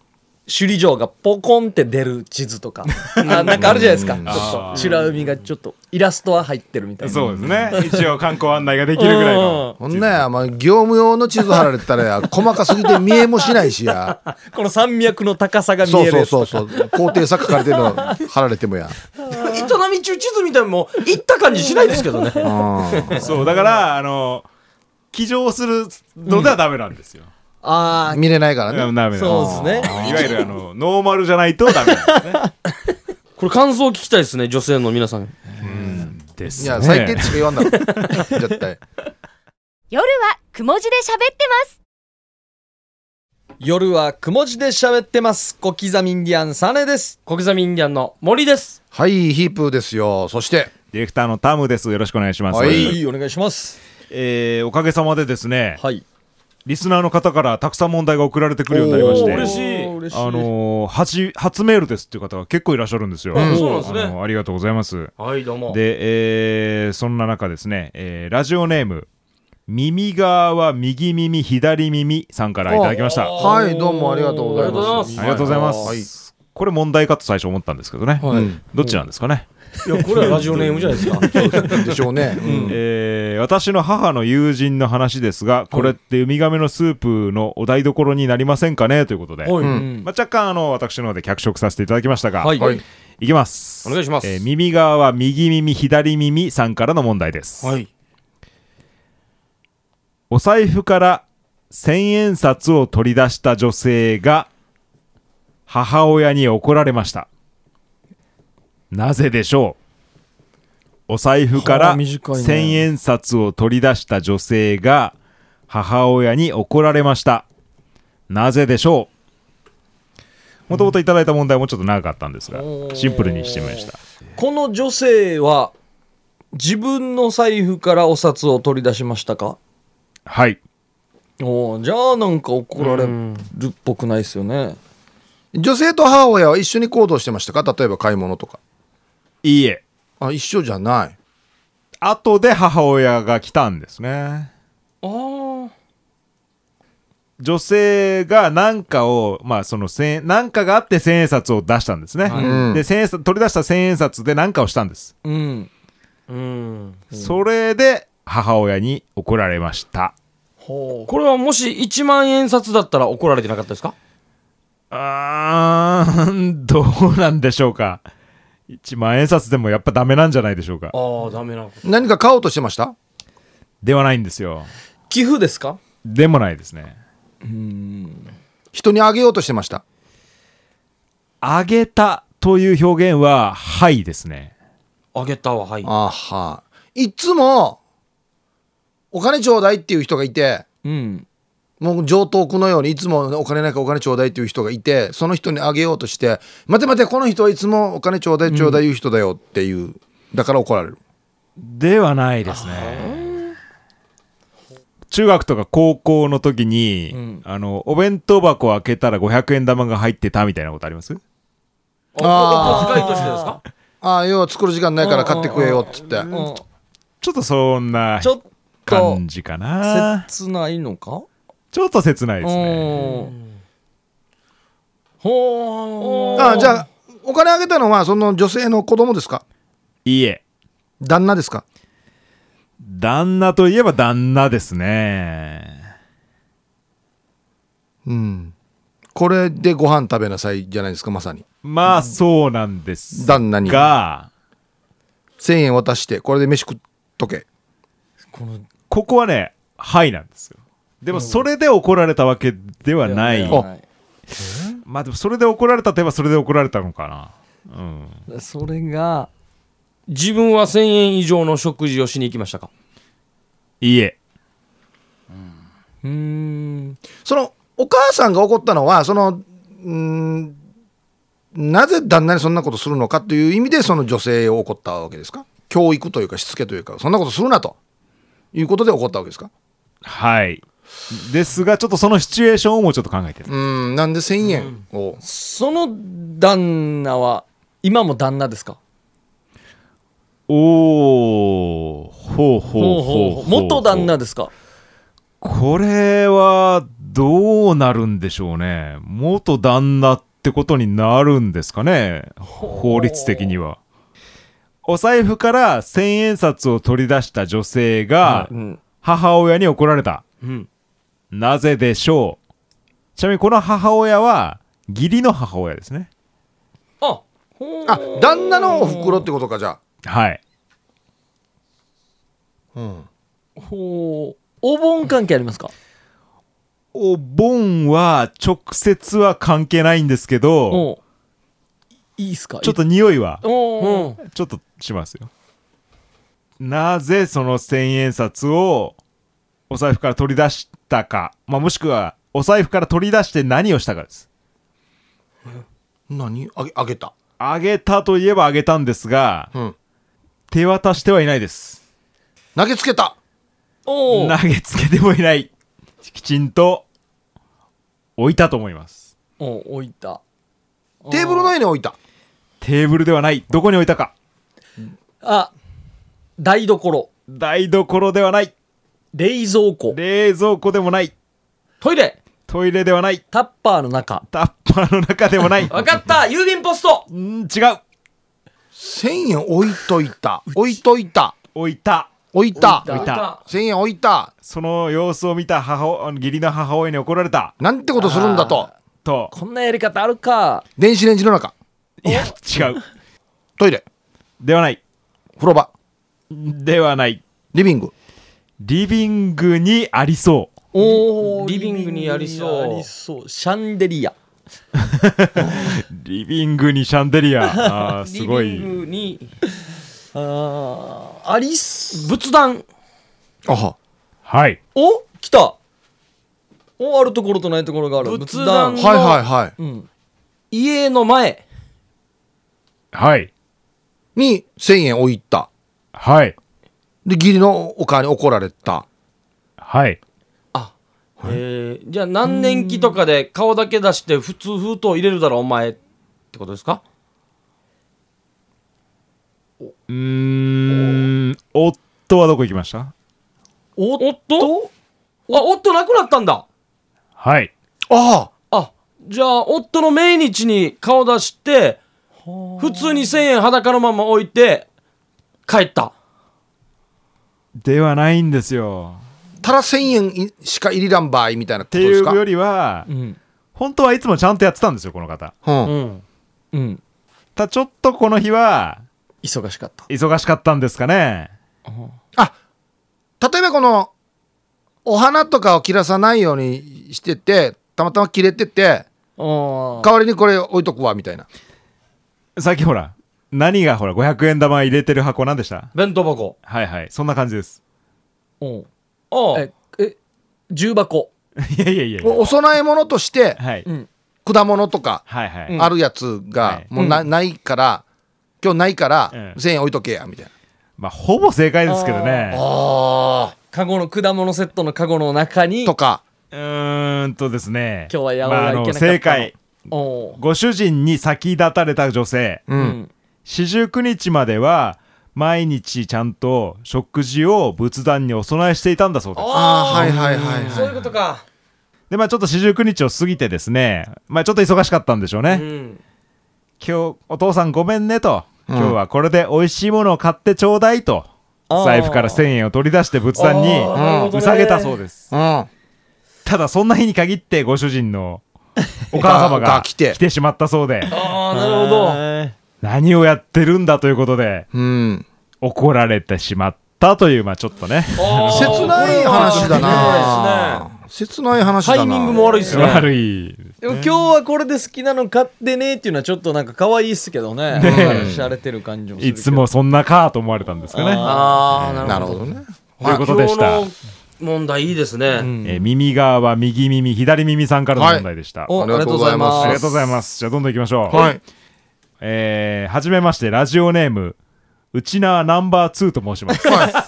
[SPEAKER 1] 首里城がポコンって出る地図 とかあなんかあるじゃないですかちょっ
[SPEAKER 4] あ
[SPEAKER 1] と
[SPEAKER 4] ー
[SPEAKER 1] 白海がちょっとイラストは入ってるみたいな
[SPEAKER 4] そうですね一応観光案内ができるぐらいの
[SPEAKER 3] ほんなや、まあ、業務用の地図貼られてたらや細かすぎて見えもしないしや
[SPEAKER 1] この山脈の高さが見
[SPEAKER 3] そう
[SPEAKER 1] える
[SPEAKER 3] そう
[SPEAKER 1] やつ
[SPEAKER 3] そう
[SPEAKER 1] と
[SPEAKER 3] そ
[SPEAKER 1] か
[SPEAKER 3] う高低差書かれてるの貼られてもや、
[SPEAKER 2] 営み中地図みたいにもう行った感じしないですけどね。
[SPEAKER 3] うん、
[SPEAKER 4] そうだからあの騎乗するのではダメなんですよ、
[SPEAKER 1] あ
[SPEAKER 3] 見れないからね
[SPEAKER 4] ダメなんです
[SPEAKER 1] そうですね
[SPEAKER 4] いわゆるあのノーマルじゃないとダメなん ですね
[SPEAKER 2] これ感想聞きたいですね、女性の皆さん。
[SPEAKER 4] です
[SPEAKER 3] い
[SPEAKER 4] ね
[SPEAKER 3] や最低ってしか言わんだろ絶対
[SPEAKER 5] 夜はくも字で喋ってます
[SPEAKER 1] あ夜はくも字で喋ってます小刻みインディアンサネです
[SPEAKER 2] 小刻みインディアンの森です。
[SPEAKER 3] はいヒープーですよそして
[SPEAKER 4] ディレクターのタムですよろしくお願いします、
[SPEAKER 3] は
[SPEAKER 1] はい、
[SPEAKER 3] い
[SPEAKER 1] お願いします
[SPEAKER 4] えーおかげさまでですね、
[SPEAKER 1] はい
[SPEAKER 4] リスナーの方からたくさん問題が送られてくるようになりまし
[SPEAKER 2] おー嬉
[SPEAKER 4] て
[SPEAKER 2] しい
[SPEAKER 1] おー嬉しい
[SPEAKER 4] あのー初初メールですっていう方が結構いらっしゃるんですよ、
[SPEAKER 2] うんそうなんですね
[SPEAKER 4] あのーありがとうございます
[SPEAKER 2] はい、どうも。
[SPEAKER 4] で、えーそんな中ですね、えーラジオネーム耳側は右耳左耳さんからいただきました
[SPEAKER 2] お
[SPEAKER 4] あ
[SPEAKER 3] はいどうもありがとうございます
[SPEAKER 4] りがとうございます、これ問題かと最初思ったんですけどね、
[SPEAKER 2] はい。い
[SPEAKER 4] どっちなんですかね、
[SPEAKER 2] や、これはラジオネームじゃないですか。
[SPEAKER 3] でしょうね、
[SPEAKER 4] えー私の母の友人の話ですがこれってウミガメのスープのお台所になりませんかねということで、
[SPEAKER 2] はい、
[SPEAKER 1] うん
[SPEAKER 4] まあ、若干あの私の方で脚色させていただきましたが、、
[SPEAKER 2] はいい。
[SPEAKER 3] はい
[SPEAKER 4] きます
[SPEAKER 2] お願いします
[SPEAKER 4] えー耳側は右耳左耳さんからの問題で す、
[SPEAKER 2] はい。
[SPEAKER 4] お財布から千円札を取り出した女性が母親に怒られましたなぜでしょうお財布か
[SPEAKER 1] はあ
[SPEAKER 4] ら
[SPEAKER 1] 短いね
[SPEAKER 4] 千円札を取り出した女性が母親に怒られましたなぜでしょうもともといただいた問題もちょっと長かったんですがシンプルにしてみました
[SPEAKER 1] この女性は自分の財布からお札を取り出しましたか
[SPEAKER 4] はい
[SPEAKER 1] おーじゃあなんか怒られるっぽくないですよね
[SPEAKER 3] 女性と母親は一緒に行動してましたか例えば買い物とか
[SPEAKER 4] いいえ
[SPEAKER 3] あ一緒じゃない
[SPEAKER 4] 後で母親が来たんですね
[SPEAKER 2] ああ。
[SPEAKER 4] 女性が何かを、まあ、その千何かがあって千円札を出したんですね、
[SPEAKER 3] い
[SPEAKER 4] で千円札取り出した千円札で何かをしたんです
[SPEAKER 1] うん
[SPEAKER 2] うん
[SPEAKER 4] それで母親に怒られました
[SPEAKER 1] ほう
[SPEAKER 2] これはもし1万円札だったら怒られてなかったですか
[SPEAKER 4] あーどうなんでしょうか1万円札でもやっぱダメなんじゃないでしょうか
[SPEAKER 2] ああダメなの
[SPEAKER 3] 何か買おうとしてました
[SPEAKER 4] ではないんですよ
[SPEAKER 1] 寄付ですか
[SPEAKER 4] でもないですね
[SPEAKER 3] 人にあげようとしてました
[SPEAKER 4] あげたという表現ははいですね
[SPEAKER 2] あげたわはい
[SPEAKER 3] あはいっつもお金ちょうだいっていう人がいて
[SPEAKER 1] うん
[SPEAKER 3] もう上等句のようにいつもお金ないからお金ちょうだいっていう人がいてその人にあげようとして「待て待てこの人はいつもお金ちょうだいちょうだい言う人だよ」っていう、だから怒られる
[SPEAKER 4] ではないですね中学とか高校の時に、
[SPEAKER 1] ん
[SPEAKER 4] あのお弁当箱を開けたら500円玉が入ってたみたいなことあります
[SPEAKER 2] お
[SPEAKER 3] あー
[SPEAKER 2] お小遣いとしてですか
[SPEAKER 3] ああ要は作る時間ないから買ってくれよっつって
[SPEAKER 1] うん
[SPEAKER 4] ちょっとそんな
[SPEAKER 1] ちょっと
[SPEAKER 4] 感じかな
[SPEAKER 1] 切ないのか
[SPEAKER 4] ちょっと切ないですね
[SPEAKER 1] うんほう
[SPEAKER 3] ああじゃあお金あげたのはその女性の子供ですか
[SPEAKER 4] いいえ
[SPEAKER 3] 旦那ですか
[SPEAKER 4] 旦那といえば旦那ですね
[SPEAKER 3] うんこれでご飯食べなさいじゃないですかまさに
[SPEAKER 4] まあそうなんです
[SPEAKER 3] 旦那に
[SPEAKER 4] が
[SPEAKER 3] 1,000円渡してこれで飯食っとけ
[SPEAKER 1] この
[SPEAKER 4] ここはねはいなんですよでもそれで怒られたわけではない、
[SPEAKER 1] ではない
[SPEAKER 4] まあでもそれで怒られたといえばそれで怒られたのかなうん
[SPEAKER 1] それが
[SPEAKER 2] 自分は1000円以上の食事をしに行きましたか
[SPEAKER 4] いいえ
[SPEAKER 1] うーん
[SPEAKER 3] そのお母さんが怒ったのはそのうんなぜ旦那にそんなことするのかという意味でその女性を怒ったわけですか教育というかしつけというかそんなことするなということで怒ったわけですか
[SPEAKER 4] はいですがちょっとそのシチュエーションをもうちょっと考えてる
[SPEAKER 3] うんなんで1,000円を、
[SPEAKER 1] その旦那は今も旦那ですか
[SPEAKER 4] おおほうほうほうほう
[SPEAKER 1] 元旦那ですか
[SPEAKER 4] これはどうなるんでしょうね元旦那ってことになるんですかね法律的にはお財布から千円札を取り出した女性が
[SPEAKER 1] うん
[SPEAKER 4] 母親に怒られた
[SPEAKER 2] うん
[SPEAKER 4] なぜでしょうちなみにこの母親は義理の母親ですね
[SPEAKER 2] あほう
[SPEAKER 3] あ旦那のお袋ってことかじゃ
[SPEAKER 4] はい
[SPEAKER 3] あ、うん、
[SPEAKER 1] ほうお盆関係ありますか
[SPEAKER 4] お盆は直接は関係ないんですけど
[SPEAKER 1] おいいっすか
[SPEAKER 4] ちょっと匂いは
[SPEAKER 1] お
[SPEAKER 2] うん
[SPEAKER 4] ちょっとしますよ。なぜその千円札をお財布から取り出したか、まあ、もしくはお財布から取り出して何をしたかです。
[SPEAKER 3] 何あげあげた、
[SPEAKER 4] あげたといえばあげたんですが、
[SPEAKER 3] うん、
[SPEAKER 4] 手渡してはいないです。
[SPEAKER 3] 投げつけた
[SPEAKER 1] お
[SPEAKER 4] 投げつけてもいない。きちんと置いたと思います。
[SPEAKER 1] お置いた
[SPEAKER 3] テーブルの上に置いた
[SPEAKER 4] テーブルではない。どこに置いたか。
[SPEAKER 1] あ台所
[SPEAKER 4] 台所ではない。
[SPEAKER 1] 冷蔵庫
[SPEAKER 4] 冷蔵庫でもない。
[SPEAKER 1] トイレ
[SPEAKER 4] トイレではない。
[SPEAKER 1] タッパーの中
[SPEAKER 4] タッパーの中でもない。
[SPEAKER 2] わ かった郵便ポスト
[SPEAKER 4] うん、違う。
[SPEAKER 3] 1,000円置いといた置いといた
[SPEAKER 4] 置いた。
[SPEAKER 3] 置いた
[SPEAKER 1] 置いた
[SPEAKER 3] 1,000円置いた
[SPEAKER 4] その様子を見た母お義理の母親に怒られた
[SPEAKER 3] なんてことするんだと
[SPEAKER 4] と
[SPEAKER 1] こんなやり方あるか
[SPEAKER 3] 電子レンジの中
[SPEAKER 4] いや違う
[SPEAKER 3] トイレ
[SPEAKER 4] ではない
[SPEAKER 3] 風呂場
[SPEAKER 4] ではない
[SPEAKER 3] リビング
[SPEAKER 4] リビングにありそう
[SPEAKER 1] お
[SPEAKER 2] リビングにありそう
[SPEAKER 1] ありそうシャンデリア
[SPEAKER 4] リビングにシャンデリアあーすご
[SPEAKER 2] リビ
[SPEAKER 4] い
[SPEAKER 2] ングに
[SPEAKER 1] あーありす
[SPEAKER 2] 仏壇
[SPEAKER 3] あは
[SPEAKER 4] はい
[SPEAKER 1] お来たおあるところとないところがある
[SPEAKER 2] 仏壇
[SPEAKER 3] はいはいは
[SPEAKER 1] うん
[SPEAKER 2] 家の前
[SPEAKER 4] はい
[SPEAKER 3] いに1,000円置いた
[SPEAKER 4] はい
[SPEAKER 3] で義理のお母に怒られた
[SPEAKER 4] はい
[SPEAKER 2] あえーじゃあ何年期とかで顔だけ出して普通封筒入れるだろお前ってことですか
[SPEAKER 4] うーん夫はどこ行きました
[SPEAKER 1] おっ
[SPEAKER 2] おっとあ夫亡くなったんだ
[SPEAKER 4] はい
[SPEAKER 3] あ
[SPEAKER 2] あじゃあ夫の命日に顔出して普通に1000円裸のまま置いて帰った
[SPEAKER 3] あ
[SPEAKER 4] ではないんですよ。
[SPEAKER 3] たら1000円いしか入りらんばいみたいなこ
[SPEAKER 4] って
[SPEAKER 3] とで
[SPEAKER 4] い
[SPEAKER 3] す
[SPEAKER 4] う
[SPEAKER 3] か
[SPEAKER 4] よりは、
[SPEAKER 2] うん
[SPEAKER 4] 本当はいつもちゃんとやってたんですよ、この方。
[SPEAKER 3] うん
[SPEAKER 2] うんうん
[SPEAKER 4] ただちょっとこの日は、
[SPEAKER 1] 忙しかった
[SPEAKER 4] 忙しかったんですかね。
[SPEAKER 3] あ例えばこのお花とかを切らさないようにしててたまたま切れてて
[SPEAKER 1] あ
[SPEAKER 3] 代わりにこれ置いとくわみたいな
[SPEAKER 4] さっきほら、何がほら、500円玉入れてる箱なんでした
[SPEAKER 2] 弁当箱
[SPEAKER 4] はいはい、そんな感じです。
[SPEAKER 1] うん
[SPEAKER 2] ああ
[SPEAKER 1] ええ重箱
[SPEAKER 4] いやいやいやいや
[SPEAKER 3] おお供え物として
[SPEAKER 4] はい。
[SPEAKER 1] うん
[SPEAKER 3] 果物とか
[SPEAKER 4] はいはい。
[SPEAKER 1] うん
[SPEAKER 3] あるやつが
[SPEAKER 4] はい
[SPEAKER 3] もうな,、ないから今日ないから
[SPEAKER 4] うん
[SPEAKER 3] 1,000円置いとけやみたいな、
[SPEAKER 4] まあ、ほぼ正解ですけどね。
[SPEAKER 3] あ
[SPEAKER 1] カゴの果物セットのカゴの中に
[SPEAKER 3] ーとか
[SPEAKER 4] うーんとですね。
[SPEAKER 1] 今日は八百
[SPEAKER 4] ま
[SPEAKER 1] 屋
[SPEAKER 4] あ
[SPEAKER 1] 行
[SPEAKER 4] あ
[SPEAKER 1] けな
[SPEAKER 4] の
[SPEAKER 1] かったの
[SPEAKER 4] 正解。
[SPEAKER 1] おー
[SPEAKER 4] ご主人に先立たれた女性。
[SPEAKER 3] う、
[SPEAKER 1] うんん
[SPEAKER 4] 四十九日までは、毎日ちゃんと食事を仏壇にお供えしていたんだそうです。
[SPEAKER 3] ああーはい
[SPEAKER 1] い
[SPEAKER 3] はいはい
[SPEAKER 1] そう
[SPEAKER 3] はい
[SPEAKER 1] いうことか
[SPEAKER 4] で、まあちょっと四十九日を過ぎてですね、まあちょっと忙しかったんでしょう
[SPEAKER 1] う
[SPEAKER 4] ね。
[SPEAKER 1] ん
[SPEAKER 4] 今日、お父さんごめんねと。
[SPEAKER 3] うん
[SPEAKER 4] 今日はこれで美味しいものを買ってちょうだいと。
[SPEAKER 1] あー
[SPEAKER 4] 財布から1000円を取り出して仏壇に
[SPEAKER 1] あーなるほどね
[SPEAKER 4] うさげたそうです。
[SPEAKER 3] うん、
[SPEAKER 4] ただそんな日に限ってご主人のお母様
[SPEAKER 3] が
[SPEAKER 4] が
[SPEAKER 3] 来て
[SPEAKER 4] 来てしまったそうで、
[SPEAKER 1] ああなるほど
[SPEAKER 4] 何をやってるんだということで
[SPEAKER 3] うん、
[SPEAKER 4] 怒られてしまったという、まあちょっとね、
[SPEAKER 3] 切ない話だな切ない話だな
[SPEAKER 2] タイミングも悪いっすね
[SPEAKER 4] 悪い。
[SPEAKER 1] でも今日はこれで好きなの買ってねっていうのはちょっとなんか可愛いっすけどね。しゃれてる感じもする
[SPEAKER 4] い
[SPEAKER 1] けど。
[SPEAKER 4] つもそんなかと思われたんですかね。
[SPEAKER 1] ああ、
[SPEAKER 3] なるほどね
[SPEAKER 4] ということでした
[SPEAKER 2] 今。日の問題いいですね、
[SPEAKER 4] えー耳側は右耳、左耳さんからの問題でした。
[SPEAKER 1] お
[SPEAKER 3] ありがとうございます
[SPEAKER 4] あり
[SPEAKER 1] あ
[SPEAKER 4] が
[SPEAKER 1] り
[SPEAKER 4] とうございます。じゃあどんどん行きましょう。
[SPEAKER 3] はい
[SPEAKER 4] えーはじめまして、ラジオネーム、うちなナンバー2と申しま
[SPEAKER 1] が
[SPEAKER 4] す。
[SPEAKER 1] とうございます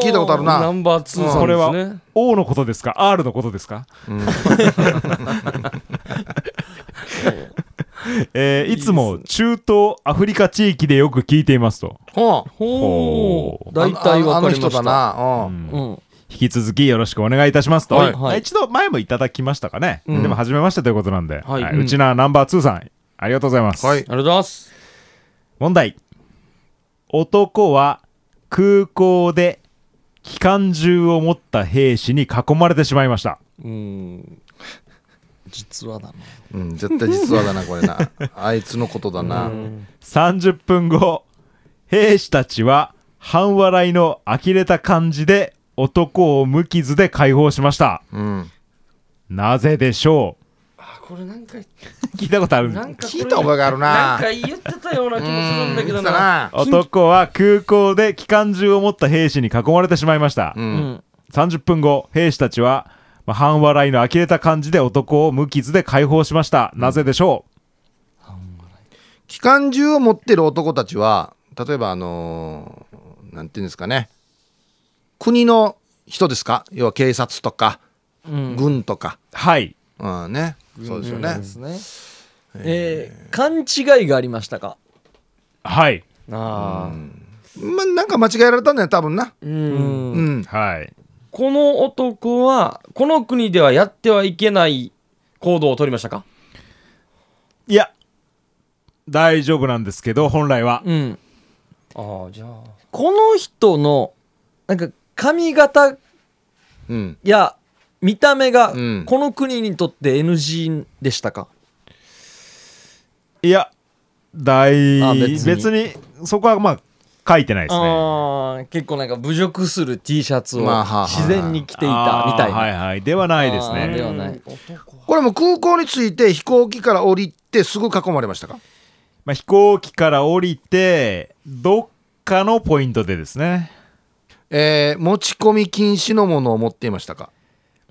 [SPEAKER 3] 聞いたことある
[SPEAKER 2] ナ
[SPEAKER 3] な
[SPEAKER 2] ンバー2さんですね
[SPEAKER 4] これは O のことですか ?R のことですか、 えーいつも中東、アフリカ地域でよく聞いていますと。
[SPEAKER 3] ほう
[SPEAKER 1] ほ
[SPEAKER 4] ほ
[SPEAKER 1] う。
[SPEAKER 4] う
[SPEAKER 1] 大体わかりま
[SPEAKER 3] あの人
[SPEAKER 1] し
[SPEAKER 3] だ
[SPEAKER 1] た。
[SPEAKER 3] なうん
[SPEAKER 1] うん。
[SPEAKER 4] 引き続きよろしくお願いいたしますと。
[SPEAKER 1] はい
[SPEAKER 4] まあ一度前もいただきましたかね。でも、はじめましてということなんで。
[SPEAKER 2] はい
[SPEAKER 4] はい、うちなナンバー2さん、ありがとうございます。
[SPEAKER 3] はい
[SPEAKER 2] ありがとうございます
[SPEAKER 4] 問題男は空港で機関銃を持った兵士に囲まれてしまいました
[SPEAKER 1] うん。実はだな。
[SPEAKER 3] うん、絶対実話だなこれなあいつのことだな
[SPEAKER 4] 30分後兵士たちは半笑いの呆れた感じで男を無傷で解放しました
[SPEAKER 3] うん
[SPEAKER 4] なぜでしょ
[SPEAKER 2] あこれなんか
[SPEAKER 4] う聞いたことあるんです
[SPEAKER 3] 聞いた覚えがある
[SPEAKER 2] な
[SPEAKER 3] な
[SPEAKER 2] んか言ってたような気もするんだけど
[SPEAKER 3] うん言ってた
[SPEAKER 2] な
[SPEAKER 3] な
[SPEAKER 4] 男は空港で機関銃を持った兵士に囲まれてしまいました、
[SPEAKER 3] う
[SPEAKER 1] うんん。
[SPEAKER 4] 30分後兵士たちは、まあ半笑いの呆れた感じで男を無傷で解放しましたなぜでしょ
[SPEAKER 3] 機関銃を持ってる男たちは例えばあのーなんていうんですかね国の人ですか要は警察とか、軍とか、
[SPEAKER 4] うはい
[SPEAKER 3] うん、ねそうですよね、
[SPEAKER 1] ですね。えー、勘違いがありましたか
[SPEAKER 4] はい
[SPEAKER 2] あ
[SPEAKER 3] まあなんか間違えられたんだよ多分な
[SPEAKER 2] ー
[SPEAKER 3] う
[SPEAKER 2] うん
[SPEAKER 3] ん、
[SPEAKER 4] はい
[SPEAKER 2] この男はこの国ではやってはいけない行動を取りましたか
[SPEAKER 4] いや大丈夫なんですけど本来は、
[SPEAKER 1] うん。
[SPEAKER 2] ああじゃあ
[SPEAKER 1] この人の、なんか髪型
[SPEAKER 3] うん
[SPEAKER 1] いや見た目が
[SPEAKER 3] うん
[SPEAKER 1] この国にとって NG でしたか、
[SPEAKER 4] いや大
[SPEAKER 1] あ別
[SPEAKER 4] 別
[SPEAKER 1] に
[SPEAKER 4] にそこはまあ書いてないですね
[SPEAKER 1] あー結構なんか侮辱する T シャツを
[SPEAKER 3] まあはあはあ
[SPEAKER 1] 自然に着ていた
[SPEAKER 4] あー
[SPEAKER 1] みたいな、
[SPEAKER 4] はいはいではないです
[SPEAKER 1] あーで
[SPEAKER 4] ね
[SPEAKER 1] はない
[SPEAKER 3] これもう空港に着いて飛行機から降りてすぐ囲まれましたか
[SPEAKER 4] まあ、飛行機から降りてどっかのポイントでですね
[SPEAKER 3] えー持ち込み禁止のものを持っていましたか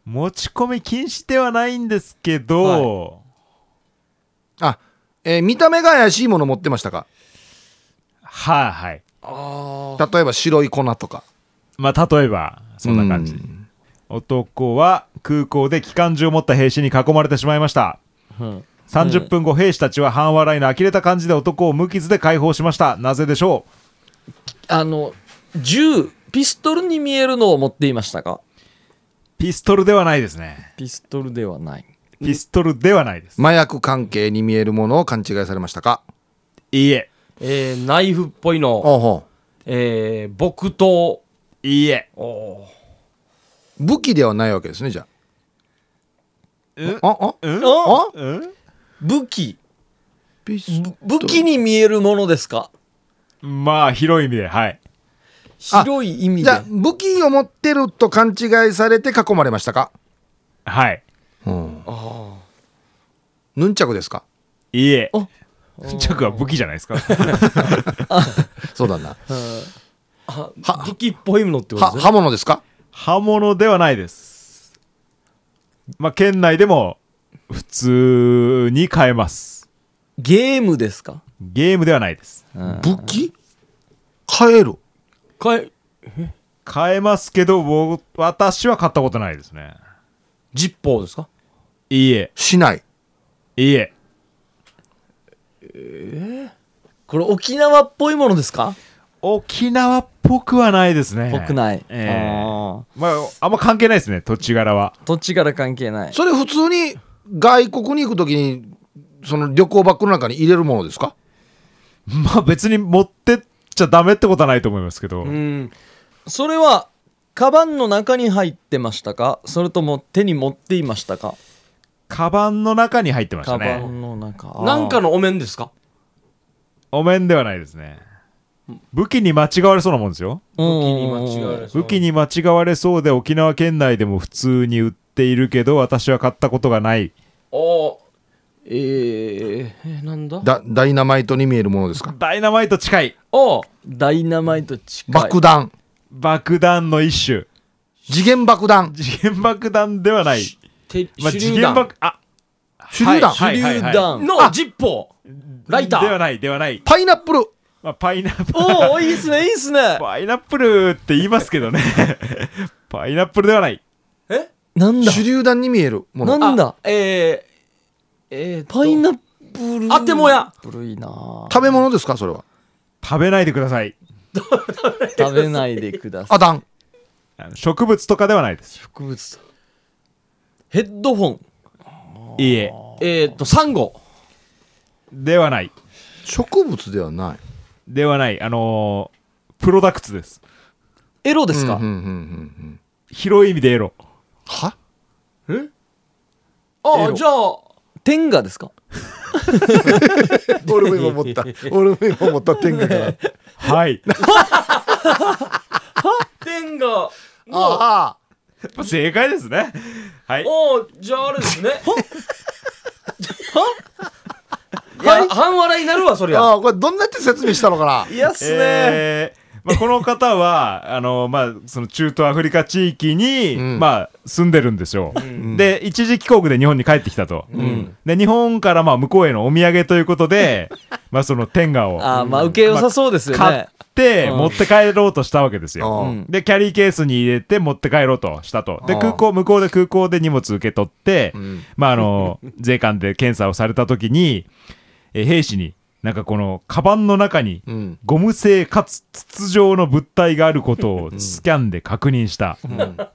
[SPEAKER 4] 持ち込み禁止ではないんですけど、
[SPEAKER 3] あ、えー見た目が怪しいもの持ってましたか
[SPEAKER 4] はいはい
[SPEAKER 3] 例えば白い粉とか
[SPEAKER 4] まあ、例えば、そんな感じ。男は空港で機関銃を持った兵士に囲まれてしまいました。30分後、兵士たちは半笑いの呆れた感じで男を無傷で解放しました。なぜでしょ
[SPEAKER 1] あの銃ピストルに見えるのを持っていましたか
[SPEAKER 4] うピストルではないですね。
[SPEAKER 1] ピストルではない
[SPEAKER 4] ピストルではないです。
[SPEAKER 3] 麻薬関係に見えるものを勘違いされましたか
[SPEAKER 4] いいえ。
[SPEAKER 2] えーナイフっぽいの
[SPEAKER 3] おうほ
[SPEAKER 2] えー木刀
[SPEAKER 4] いいえ。
[SPEAKER 1] おー
[SPEAKER 3] 武器ではないわけですねじゃ
[SPEAKER 4] う
[SPEAKER 3] あ
[SPEAKER 4] ん
[SPEAKER 3] ああ
[SPEAKER 4] う
[SPEAKER 1] あ
[SPEAKER 4] ん
[SPEAKER 3] あ
[SPEAKER 4] うん
[SPEAKER 1] 武器
[SPEAKER 3] ピス
[SPEAKER 1] ぶ武器に見えるものですか
[SPEAKER 4] まあ、広い意味で、はい。
[SPEAKER 3] あ
[SPEAKER 1] 広い意味
[SPEAKER 3] じ
[SPEAKER 1] で
[SPEAKER 3] ゃあ武器を持ってると勘違いされて囲まれましたか
[SPEAKER 4] はい。
[SPEAKER 3] うん
[SPEAKER 1] あ
[SPEAKER 3] ヌンチャクですか
[SPEAKER 4] いいえ
[SPEAKER 1] あ。
[SPEAKER 4] ヌンチャクは武器じゃないですか。
[SPEAKER 3] そうだな
[SPEAKER 1] ーうんあ
[SPEAKER 3] は
[SPEAKER 2] 武器っぽいものってこと
[SPEAKER 3] は
[SPEAKER 2] ですね
[SPEAKER 3] 刃物ですか
[SPEAKER 4] 刃物ではないです。まあ、県内でも普通に買えます。
[SPEAKER 1] ゲームですか
[SPEAKER 4] ゲームではないです。
[SPEAKER 3] 武器買える
[SPEAKER 2] かえ
[SPEAKER 4] 買えますけど、僕私は買ったことないですね。
[SPEAKER 2] ジッポーですか
[SPEAKER 4] いいえ、
[SPEAKER 3] しない
[SPEAKER 4] いいえ。
[SPEAKER 1] これ沖縄っぽいものですか
[SPEAKER 4] 沖縄っぽくはないですね。
[SPEAKER 1] 僕ない、
[SPEAKER 4] ええ
[SPEAKER 1] あ
[SPEAKER 4] まあ、あんま関係ないですね、土地柄は。
[SPEAKER 1] ー土地から関係ない
[SPEAKER 3] それ普通に外国に行く時にその旅行バッグの中に入れるものですか
[SPEAKER 4] まあ別に持ってっちゃダメってことはないと思いますけど、
[SPEAKER 1] うんそれはカバンの中に入ってましたかそれとも手に持っていましたか
[SPEAKER 4] カバンの中に入ってました
[SPEAKER 1] カバ
[SPEAKER 4] ね。
[SPEAKER 1] ンの中あー
[SPEAKER 2] なんかのお面ですか
[SPEAKER 4] お面ではないですね。武器に間違われそうなもんですよ。
[SPEAKER 1] うん
[SPEAKER 2] 武器に間違われそう
[SPEAKER 4] 武器に間違われそうで沖縄県内でも普通に売っているけど私は買ったことがない
[SPEAKER 2] おーえー、えなんだ
[SPEAKER 3] だダイナマイトに見えるものですか
[SPEAKER 4] ダイナマイト近い
[SPEAKER 2] おー
[SPEAKER 1] ダイナマイト近い
[SPEAKER 3] 爆弾
[SPEAKER 4] 爆弾の一種
[SPEAKER 3] 次元爆弾
[SPEAKER 4] 次元爆弾ではない、
[SPEAKER 2] 手
[SPEAKER 4] まあ、
[SPEAKER 2] 手
[SPEAKER 4] 次
[SPEAKER 2] 榴
[SPEAKER 4] 元
[SPEAKER 2] 弾
[SPEAKER 4] 爆あ
[SPEAKER 3] 手榴弾、
[SPEAKER 4] はいはい
[SPEAKER 1] 手榴
[SPEAKER 4] はい
[SPEAKER 1] 弾
[SPEAKER 2] のジッポーライタ
[SPEAKER 4] では
[SPEAKER 2] ー
[SPEAKER 4] ないではない、
[SPEAKER 3] パイナップル
[SPEAKER 4] まあ、パイナップル
[SPEAKER 1] おおいいっすねいいっすね
[SPEAKER 4] パイナップルって言いますけどねパイナップルではない
[SPEAKER 2] え
[SPEAKER 1] なんだ
[SPEAKER 3] 手榴弾に見えるもの
[SPEAKER 1] なんだ
[SPEAKER 2] あえー、えーと
[SPEAKER 1] パイナップル
[SPEAKER 2] あてもや
[SPEAKER 1] 古いな
[SPEAKER 3] 食べ物ですかそれは
[SPEAKER 4] 食べないでください
[SPEAKER 1] 食べないでください
[SPEAKER 3] あだん
[SPEAKER 4] あの植物とかではないです
[SPEAKER 1] 植物だヘッドホン
[SPEAKER 4] いいえ
[SPEAKER 2] えー、とサンゴ
[SPEAKER 4] ではない
[SPEAKER 3] 植物ではない
[SPEAKER 4] ではないあのープロダクツです
[SPEAKER 1] エロですか、
[SPEAKER 3] うんうんうんうん
[SPEAKER 4] 広い意味でエロ
[SPEAKER 3] は
[SPEAKER 2] あ
[SPEAKER 1] エ
[SPEAKER 2] あ
[SPEAKER 1] ロ
[SPEAKER 2] じゃあ
[SPEAKER 1] 天下ですか
[SPEAKER 3] 俺も今思 った俺も今思った天下から
[SPEAKER 4] はい
[SPEAKER 2] 天がもう
[SPEAKER 3] あ
[SPEAKER 4] まあ正解ですね。はい。
[SPEAKER 2] おーじゃああれですねはいや半笑いになるわそ
[SPEAKER 3] あ
[SPEAKER 2] りゃ
[SPEAKER 3] ああこれどんなやって説明したのかない
[SPEAKER 1] やっすね、
[SPEAKER 4] えーまあ、この方は あの、まあ、その中東アフリカ地域に、
[SPEAKER 3] うん
[SPEAKER 4] まあ、住んでるんですよ、で一時帰国で日本に帰ってきたと、で日本からまあ向こうへのお土産ということ でまあその天下を
[SPEAKER 1] あーまあ受け良さそうですよね、
[SPEAKER 4] 買って
[SPEAKER 1] うん
[SPEAKER 4] 持って帰ろうとしたわけですよ、
[SPEAKER 3] ああ
[SPEAKER 1] うん
[SPEAKER 4] でキャリーケースに入れて持って帰ろうとしたとで
[SPEAKER 3] ああ
[SPEAKER 4] 空港向こうで空港で荷物受け取って、
[SPEAKER 3] ん
[SPEAKER 4] まああの税関で検査をされた時に、えー兵士になんかこのカバンの中に
[SPEAKER 3] うん
[SPEAKER 4] ゴム製かつ筒状の物体があることをスキャンで確認した、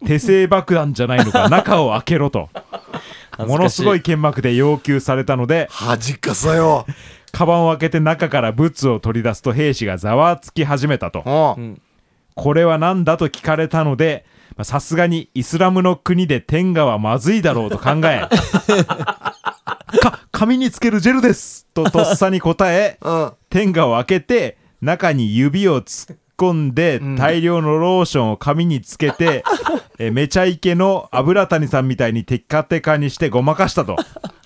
[SPEAKER 4] 手製爆弾じゃない のか中を開けろと
[SPEAKER 1] 恥ずかしい
[SPEAKER 4] ものすごい剣幕で要求されたので
[SPEAKER 3] 恥かさよ
[SPEAKER 4] カバンを開けて中からブツを取り出すと兵士がざわつき始めたと
[SPEAKER 3] ああ
[SPEAKER 4] これは何だと聞かれたのでまあさすがにイスラムの国で天下はまずいだろうと考 えか髪につけるジェルですととっさに答え
[SPEAKER 3] うん
[SPEAKER 4] 天下を開けて中に指を突っ込んで大量のローションを紙につ けて、えめちゃイケの油谷さんみたいにテッカテカにしてごまかしたと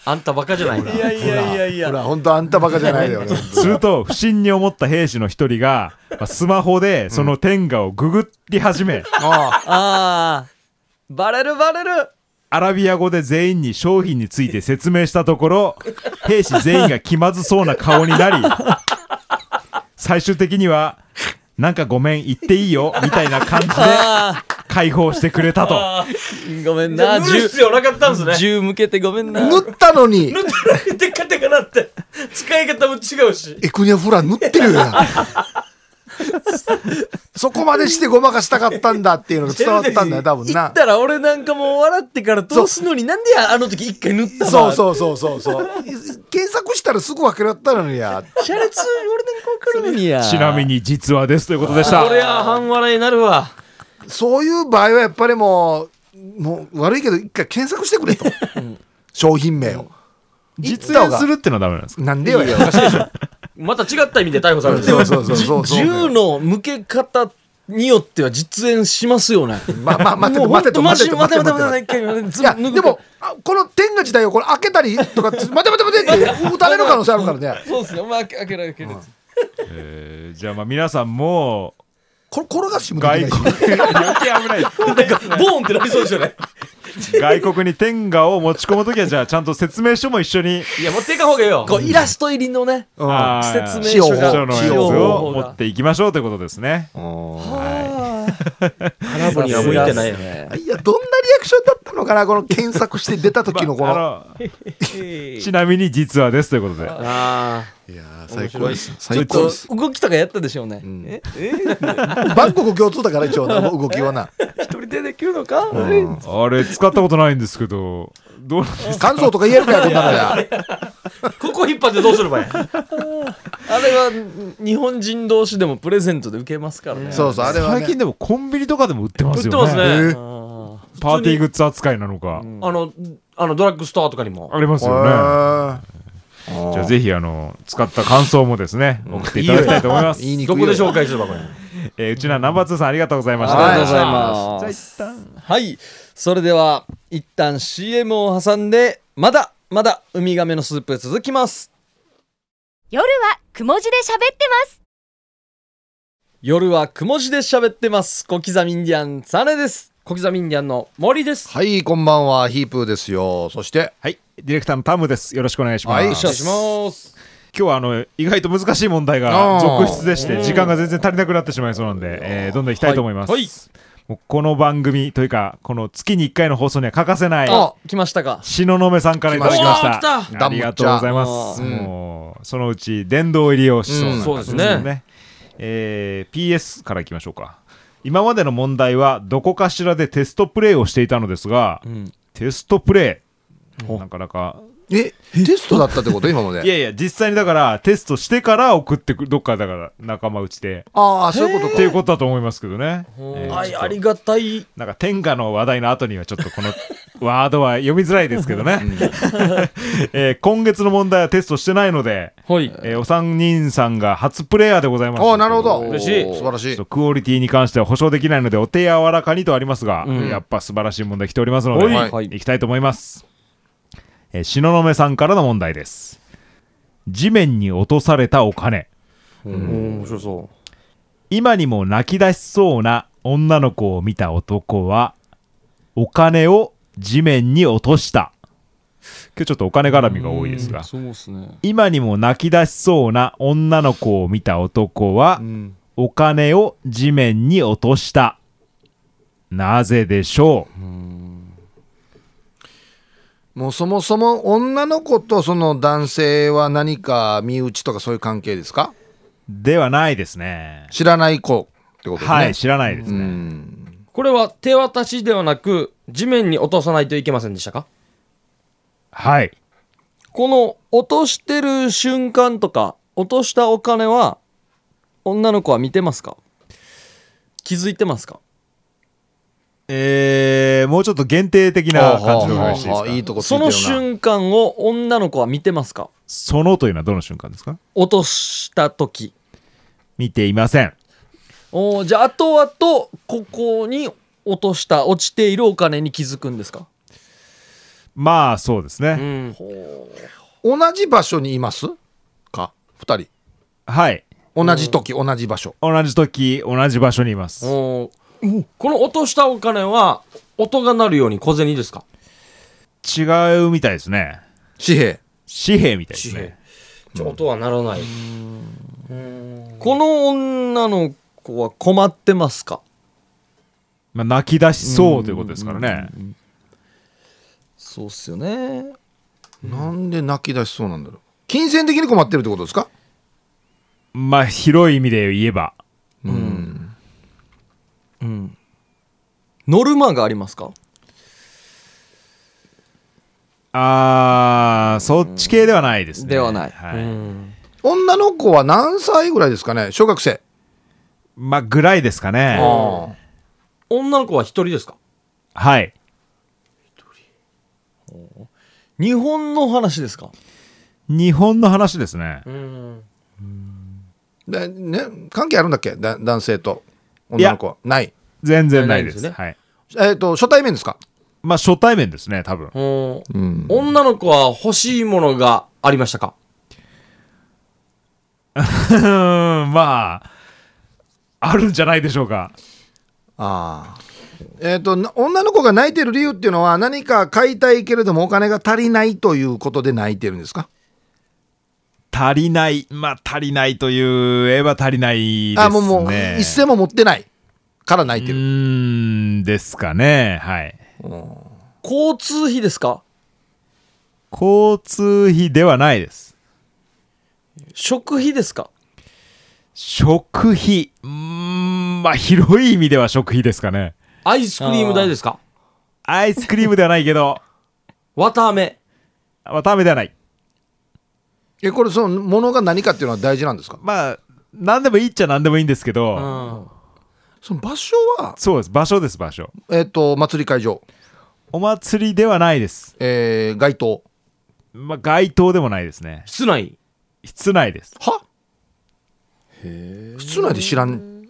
[SPEAKER 2] あんたバカじゃないか
[SPEAKER 1] いやいやいやい
[SPEAKER 3] ほ
[SPEAKER 1] や
[SPEAKER 3] ら本当あんたバカじゃないよね
[SPEAKER 4] すると不審に思った兵士の一人がまあスマホでその天下をググり始め、
[SPEAKER 3] あ
[SPEAKER 1] ああバレるバレる
[SPEAKER 4] アラビア語で全員に商品について説明したと ころ兵士全員が気まずそうな顔になり最終的には「なんかごめん言っていいよ」みたいな感じで
[SPEAKER 1] あ
[SPEAKER 4] 解放してくれたと。
[SPEAKER 1] ーごめん
[SPEAKER 2] じゃあ
[SPEAKER 1] な
[SPEAKER 2] 塗る
[SPEAKER 1] 銃
[SPEAKER 2] 必要なかったんですね
[SPEAKER 1] 銃向けてごめんな
[SPEAKER 3] あ 塗ったのに
[SPEAKER 2] 塗ったらテカテカなって使い方も違うし
[SPEAKER 3] エクニアフラ塗って るよなそこまでしてごまかしたかったんだっていうのが伝わったんだよ多分
[SPEAKER 1] 言っ
[SPEAKER 3] な
[SPEAKER 1] たら俺なんかもう笑ってから通すのになんでやあの時一回塗ったの
[SPEAKER 3] そうそうそうそうそう 検索したらすぐ分かるやったのにや
[SPEAKER 1] うシャレツ俺なんか分かるのにや
[SPEAKER 4] ちなみに実話ですということでした。
[SPEAKER 2] これは半笑いになるわ
[SPEAKER 3] そういう場合はやっぱりもうもう悪いけど一回検索してくれと、商品名を、
[SPEAKER 4] 実演するってのはダメなんですか
[SPEAKER 3] なんでよや
[SPEAKER 2] また違った意味で逮捕されるんです
[SPEAKER 3] そ
[SPEAKER 2] よ
[SPEAKER 3] うそうそうそうそう
[SPEAKER 1] 銃の向け方によっては実演しますよね。
[SPEAKER 3] まあまあ待て
[SPEAKER 1] もう
[SPEAKER 3] 待てと
[SPEAKER 1] ほん
[SPEAKER 3] 待
[SPEAKER 1] と
[SPEAKER 3] てと
[SPEAKER 1] 待
[SPEAKER 3] 待
[SPEAKER 1] て
[SPEAKER 3] て
[SPEAKER 1] 待
[SPEAKER 3] と
[SPEAKER 1] て
[SPEAKER 3] 待てと
[SPEAKER 1] 待て待て待て
[SPEAKER 3] いや
[SPEAKER 1] 一回脱ぐ
[SPEAKER 3] でもあこの天下自体をこれ開けたりとかつ待て待て 待てって打たれる可能性あるからね
[SPEAKER 1] そうですね。まあ開け開けられ開ける。
[SPEAKER 4] えーじゃあまあ皆さんも
[SPEAKER 3] こ転がしてもで
[SPEAKER 4] 外
[SPEAKER 3] きない
[SPEAKER 4] 国
[SPEAKER 3] し
[SPEAKER 4] 余計危ないです
[SPEAKER 2] ボーンってなりそうですよね
[SPEAKER 4] 外国に天下を持ち込むときはじゃあちゃんと説明書も一緒に
[SPEAKER 2] いや持っていかん方がいいよ
[SPEAKER 1] こうイラスト入りのね。
[SPEAKER 3] うん
[SPEAKER 4] あー
[SPEAKER 1] 説明書が
[SPEAKER 4] 書のやつ
[SPEAKER 1] 使用
[SPEAKER 4] を
[SPEAKER 1] 方
[SPEAKER 4] 持
[SPEAKER 1] 法
[SPEAKER 4] っていきましょうということですね
[SPEAKER 1] 花
[SPEAKER 2] には向いてないよ
[SPEAKER 1] ね。
[SPEAKER 3] いやどんなリアクションだったのかなこの検索して出た時のこの、
[SPEAKER 4] まああ のちなみに実はですということで
[SPEAKER 2] あ
[SPEAKER 3] いやー最高です最
[SPEAKER 1] ちょ
[SPEAKER 3] 高
[SPEAKER 1] っ
[SPEAKER 3] です
[SPEAKER 1] と動きとかやったでしょうね。
[SPEAKER 3] ん
[SPEAKER 1] え
[SPEAKER 3] バンコク共通だから一応 な動きはな
[SPEAKER 1] 一人でできるのか。
[SPEAKER 4] あれ使ったことないんですけどどうなんです か
[SPEAKER 3] 感想とか言えるかよこんなのや
[SPEAKER 2] あここ引っ張ってどうすればいい
[SPEAKER 1] あれは日本人同士でもプレゼントで受けますからね。
[SPEAKER 3] そうそうあれは、
[SPEAKER 4] 最
[SPEAKER 3] ね
[SPEAKER 4] 近、でもコンビニとかでも売ってますよね
[SPEAKER 2] 売ってますね
[SPEAKER 3] えー
[SPEAKER 1] あ
[SPEAKER 4] パーティーグッズ扱いなのか、
[SPEAKER 2] あのあのドラッグストアとかにも
[SPEAKER 4] ありますよね、じゃあぜひあの使った感想もですね送っていただきたいと思います
[SPEAKER 3] 言いにく
[SPEAKER 2] ど
[SPEAKER 3] い
[SPEAKER 2] こ
[SPEAKER 3] よ
[SPEAKER 2] で紹介すればこれ
[SPEAKER 4] えーうちなナンバー2さんありがとうございまし
[SPEAKER 1] ありがとうご
[SPEAKER 4] た
[SPEAKER 1] ざいます。
[SPEAKER 4] じゃあ一旦
[SPEAKER 1] はい、それでは一旦 CM を挟んでまだまだウミガメのスープ続きます。
[SPEAKER 5] 夜はくも字で喋ってます
[SPEAKER 1] 夜はくも字で喋ってます。小刻みインディアンサネです。
[SPEAKER 2] 小刻みインディアンの森です
[SPEAKER 3] はいこんばんはヒープーですよそして
[SPEAKER 4] はいディレクターのタムですよろしくお願いします、
[SPEAKER 3] はい
[SPEAKER 1] お願いします。
[SPEAKER 4] 今日はあの意外と難しい問題が
[SPEAKER 3] あー
[SPEAKER 4] 続出でして時間が全然足りなくなってしまいそうなんで、えーどんどんいきたいと思います、
[SPEAKER 1] はいはい
[SPEAKER 4] もうこの番組というかこの月に1回の放送には欠かせない
[SPEAKER 1] あ、来ましたか。
[SPEAKER 4] 東雲さんからいただきました
[SPEAKER 2] 来ま
[SPEAKER 3] した
[SPEAKER 4] ありがとうございます、
[SPEAKER 1] ダ
[SPEAKER 3] ンボッチャ
[SPEAKER 4] もうそのうち殿堂入りをしそうな感じ
[SPEAKER 2] うんそうです
[SPEAKER 4] えー PS からいきましょうか今までの問題はどこかしらでテストプレイをしていたのですが、テストプレイなかなか
[SPEAKER 3] えテストだったってこと今ま
[SPEAKER 4] い
[SPEAKER 3] で
[SPEAKER 4] やいや実際にだからテストしてから送ってくるどっかだから仲間内で
[SPEAKER 3] ああそういうこと
[SPEAKER 4] っ
[SPEAKER 3] か
[SPEAKER 4] ていうことだと思いますけどね、えー
[SPEAKER 1] はい、
[SPEAKER 4] ちょっと
[SPEAKER 1] ありがたい。
[SPEAKER 4] なんか天下の話題の後にはちょっとこの ワードは読みづらいですけどね、 えー今月の問題はテストしてないので、
[SPEAKER 2] はい
[SPEAKER 4] えーお三人さんが初プレイヤーでございます
[SPEAKER 3] ああなるほど
[SPEAKER 2] 嬉しい
[SPEAKER 3] 素晴ら
[SPEAKER 4] ちょ
[SPEAKER 3] し
[SPEAKER 4] っ
[SPEAKER 3] い
[SPEAKER 4] とクオリティに関しては保証できないのでお手柔らかにとありますが、やっぱ素晴らしい問題来ておりますので、、
[SPEAKER 3] はいい
[SPEAKER 4] きたいと思います、えー、東雲さんからの問題です地面に落とされたお金
[SPEAKER 2] 面白そ
[SPEAKER 4] 今にも泣き出しそうな女の子を見た男はお金を地面に落とした今日ちょっとお金絡みが多いですが
[SPEAKER 2] そうですね
[SPEAKER 4] 今にも泣き出しそうな女の子を見た男は、
[SPEAKER 3] ん
[SPEAKER 4] お金を地面に落としたなぜでしょう
[SPEAKER 3] もうそもそも女の子とその男性は何か身内とかそういう関係ですか
[SPEAKER 4] ではないですね
[SPEAKER 3] 知らない子ってことですね
[SPEAKER 4] はい知らないです
[SPEAKER 3] う
[SPEAKER 4] ね、
[SPEAKER 3] ん
[SPEAKER 2] これは手渡しではなく地面に落とさないといけませんでしたか
[SPEAKER 4] はい
[SPEAKER 1] この落としてる瞬間とか落としたお金は女の子は見てますか気づいてますか
[SPEAKER 4] えー、もうちょっと限定的な感じの方がよろしいです
[SPEAKER 3] あ
[SPEAKER 4] か
[SPEAKER 3] あいいとこついて
[SPEAKER 1] そ
[SPEAKER 3] るな
[SPEAKER 1] の瞬間を女の子は見てますか
[SPEAKER 4] そのというのはどの瞬間ですか
[SPEAKER 1] 落とした時
[SPEAKER 4] 見ていません
[SPEAKER 1] おーじゃあ後々ここに落とした落ちているお金に気づくんですか
[SPEAKER 4] まあそうですね、
[SPEAKER 2] うん
[SPEAKER 3] 同じ場所にいますか2人
[SPEAKER 4] はい
[SPEAKER 3] 同じ時同じ場所
[SPEAKER 4] 同じ時同じ場所にいます
[SPEAKER 2] おーこの落としたお金は音が鳴るように小銭ですか
[SPEAKER 4] 違うみたいですね
[SPEAKER 3] 紙幣
[SPEAKER 4] 紙幣みたいですね
[SPEAKER 2] ちょ音は鳴らない
[SPEAKER 1] この女の子は困ってますか
[SPEAKER 4] まあ、泣き出しそうということですからね
[SPEAKER 1] そうっすよね
[SPEAKER 3] なんで泣き出しそうなんだろう金銭的に困ってるってことですか
[SPEAKER 4] まあ広い意味で言えば
[SPEAKER 3] うん
[SPEAKER 1] うんノルマがありますか
[SPEAKER 4] あーそっち系ではないですね
[SPEAKER 1] ではない
[SPEAKER 4] はい
[SPEAKER 3] 女の子は何歳ぐらいですかね小学生
[SPEAKER 4] まあぐらいですかね
[SPEAKER 3] あ
[SPEAKER 2] 女の子は一人ですか
[SPEAKER 4] はい。
[SPEAKER 1] 日本の話ですか
[SPEAKER 4] 日本の話ですね。
[SPEAKER 2] うん
[SPEAKER 3] でね、関係あるんだっけだ男性と女の子はない
[SPEAKER 4] 全然ないです。
[SPEAKER 2] ないですね
[SPEAKER 4] はい。
[SPEAKER 3] えっ、と初対面ですか
[SPEAKER 4] まあ、初対面ですね、多分。
[SPEAKER 2] うん
[SPEAKER 3] うん
[SPEAKER 2] 女の子は欲しいものがありましたか
[SPEAKER 4] うーん、まあ、あるんじゃないでしょうか。
[SPEAKER 3] ああえっ、とな女の子が泣いてる理由っていうのは何か買いたいけれどもお金が足りないということで泣いてるんですか
[SPEAKER 4] 足りない。まあ、足りないと言えば足りないですね。
[SPEAKER 3] あもうもう一銭も持ってないから泣いうてる、
[SPEAKER 4] ーん、ですかね。はい。
[SPEAKER 1] 交通費ですか
[SPEAKER 4] 交通費ではないです。
[SPEAKER 1] 食費ですか
[SPEAKER 4] 食費。うーん、まあ、広い意味では食費ですかね。
[SPEAKER 2] アイスクリーム代ですか
[SPEAKER 4] アイスクリームではないけど、
[SPEAKER 2] 綿あめ
[SPEAKER 4] まあ、食べではない。
[SPEAKER 3] えこれそのものが何かっていうのは大事なんですか
[SPEAKER 4] まあ、何でもいいっちゃ何でもいいんですけど、
[SPEAKER 2] うん
[SPEAKER 3] その場所は
[SPEAKER 4] そうです。場所です、場所。
[SPEAKER 3] えっ、と祭り会場、
[SPEAKER 4] お祭りではないです。
[SPEAKER 3] えー、街頭
[SPEAKER 4] まあ、街頭でもないですね。
[SPEAKER 2] 室内
[SPEAKER 4] 室内です。
[SPEAKER 3] は室内で知らん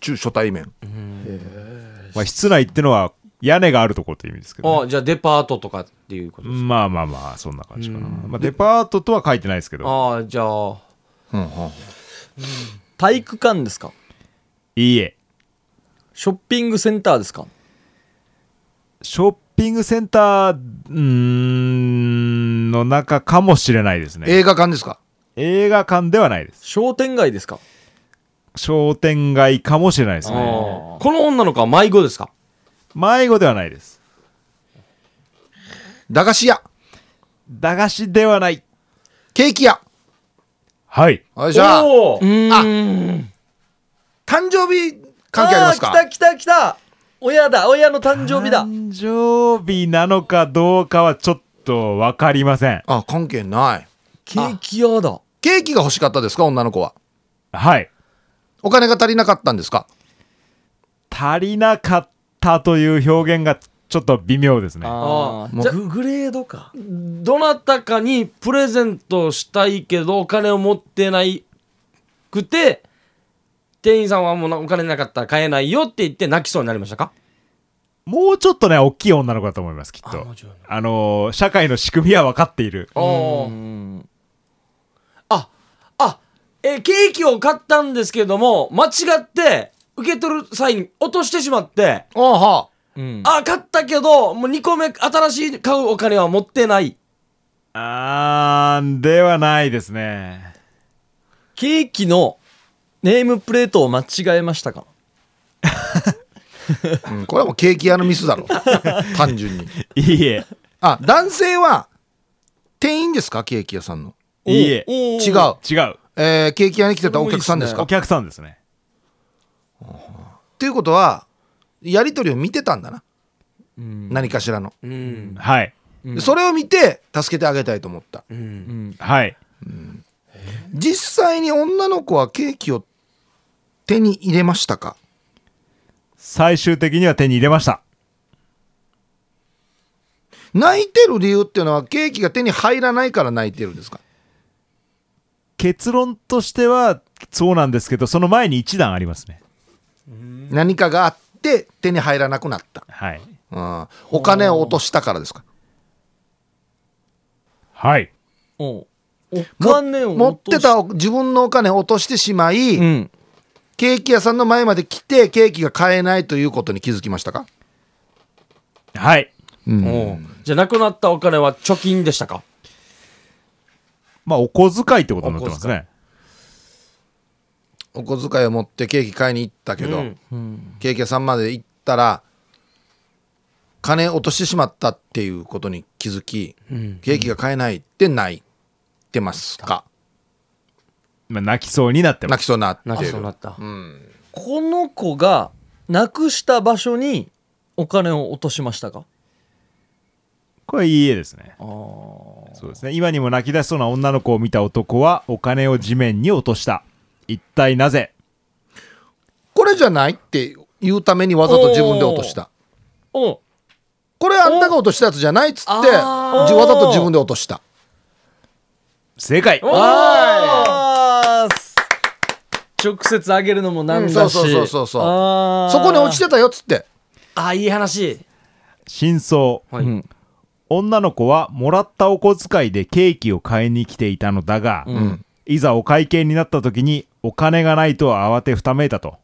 [SPEAKER 3] 中初対面
[SPEAKER 4] まあ、室内ってのは屋根があるところという意味ですけど
[SPEAKER 2] あ
[SPEAKER 4] ね、
[SPEAKER 2] じゃあデパートとかっていうことですか、
[SPEAKER 4] まあまあまあ、そんな感じかな。まあ、デパートとは書いてないですけど、
[SPEAKER 2] ああじゃあ
[SPEAKER 3] うんうん
[SPEAKER 1] 体育館ですか
[SPEAKER 4] いいえ。
[SPEAKER 1] ショッピングセンターですか
[SPEAKER 4] ショッピングセンターうーんの中かもしれないですね。
[SPEAKER 3] 映画館ですか
[SPEAKER 4] 映画館ではないです。
[SPEAKER 1] 商店街ですか
[SPEAKER 4] 商店街かもしれないですね。
[SPEAKER 2] この女の子は迷子ですか
[SPEAKER 4] 迷子ではないです。
[SPEAKER 3] 駄菓子屋
[SPEAKER 4] 駄菓子ではない。
[SPEAKER 3] ケーキ屋
[SPEAKER 4] はい。
[SPEAKER 3] あじゃあ
[SPEAKER 2] おー
[SPEAKER 3] 誕生日関係ありますか
[SPEAKER 1] ー来た来た来た親だ親の誕生日だ
[SPEAKER 4] 誕生日なのかどうかはちょっとわかりません。
[SPEAKER 3] あ関係ない
[SPEAKER 1] ケーキ屋だ
[SPEAKER 3] ケーキが欲しかったですか女の子は
[SPEAKER 4] はい。
[SPEAKER 3] お金が足りなかったんですか
[SPEAKER 4] 足りなかったという表現がちょっと微妙ですね。
[SPEAKER 2] あーじゃあ
[SPEAKER 1] ググレードか
[SPEAKER 2] どなたかにプレゼントしたいけどお金を持ってないくて店員さんはもうなお金なかったら買えないよって言って泣きそうになりましたか
[SPEAKER 4] もうちょっとね、大きい女の子だと思います、きっと。
[SPEAKER 2] ちろん
[SPEAKER 4] あのー社会の仕組みは分かっている。
[SPEAKER 2] あーああえーケーキを買ったんですけども間違って受け取る際に落としてしまって
[SPEAKER 3] ああは
[SPEAKER 2] あ買ったけどもう2個目新しい買うお金は持ってない
[SPEAKER 4] あー、ではないですね。
[SPEAKER 1] ケーキのネームプレートを間違えましたか
[SPEAKER 3] あ、うんこれはもうケーキ屋のミスだろ単純に
[SPEAKER 4] いいえ。
[SPEAKER 3] あ男性は店員ですかケーキ屋さんの
[SPEAKER 4] いいえ。
[SPEAKER 3] 違う、
[SPEAKER 4] 違う。
[SPEAKER 3] えーケーキ屋に来てたお客さんですか
[SPEAKER 4] お客さんですね。
[SPEAKER 3] っていうことはやり取りを見てたんだな、何かしらの、
[SPEAKER 2] うん
[SPEAKER 4] はい。
[SPEAKER 3] でそれを見て助けてあげたいと思った
[SPEAKER 2] うん
[SPEAKER 4] はい。
[SPEAKER 3] 実際に女の子はケーキを手に入れましたか
[SPEAKER 4] 最終的には手に入れました。
[SPEAKER 3] 泣いてる理由っていうのはケーキが手に入らないから泣いてるんですか
[SPEAKER 4] 結論としては、そうなんですけど、その前に一段ありますね。
[SPEAKER 3] 何かがあって手に入らなくなった、
[SPEAKER 4] はい。
[SPEAKER 3] うん、お金を落としたからですか
[SPEAKER 4] はい。
[SPEAKER 1] お金を
[SPEAKER 3] 持
[SPEAKER 1] 落
[SPEAKER 3] っ
[SPEAKER 1] として
[SPEAKER 3] たお自分のお金を落としてしまい、
[SPEAKER 1] うん
[SPEAKER 3] ケーキ屋さんの前まで来てケーキが買えないということに気づきましたか、
[SPEAKER 4] はい。
[SPEAKER 2] おうじゃあなくなったお金は貯金でしたか
[SPEAKER 4] まあ、お小遣いってことになってますね。
[SPEAKER 3] お小遣いを持ってケーキ買いに行ったけど、
[SPEAKER 2] うん
[SPEAKER 3] ケーキ屋さんまで行ったら金落としてしまったっていうことに気づき、ケーキが買えないって泣いてますか、
[SPEAKER 4] まあ、泣きそうになってます。
[SPEAKER 3] 泣きそうになって
[SPEAKER 2] なくそう
[SPEAKER 3] る
[SPEAKER 2] なった、
[SPEAKER 1] この子がなくした場所にお金を落としましたか
[SPEAKER 4] これいいえですね。
[SPEAKER 1] あー
[SPEAKER 4] そうですね。今にも泣き出しそうな女の子を見た男は、お金を地面に落とした。一体なぜ
[SPEAKER 3] これじゃないって言うためにわざと自分で落とした
[SPEAKER 2] おう
[SPEAKER 3] これあんたが落としたやつじゃないっつって
[SPEAKER 2] お
[SPEAKER 3] じわ
[SPEAKER 2] あー
[SPEAKER 3] ざと自分で落とした
[SPEAKER 4] 正解
[SPEAKER 2] おー
[SPEAKER 1] あーす直接あげるのもなんだし、
[SPEAKER 3] うんそうそうそうそう
[SPEAKER 1] あー
[SPEAKER 3] そこに落ちてたよっつって
[SPEAKER 2] あーいい話
[SPEAKER 4] 真相、
[SPEAKER 2] はい
[SPEAKER 4] うん女の子はもらったお小遣いでケーキを買いに来ていたのだが、いざお会計になった時にお金がないと慌てふためいたと、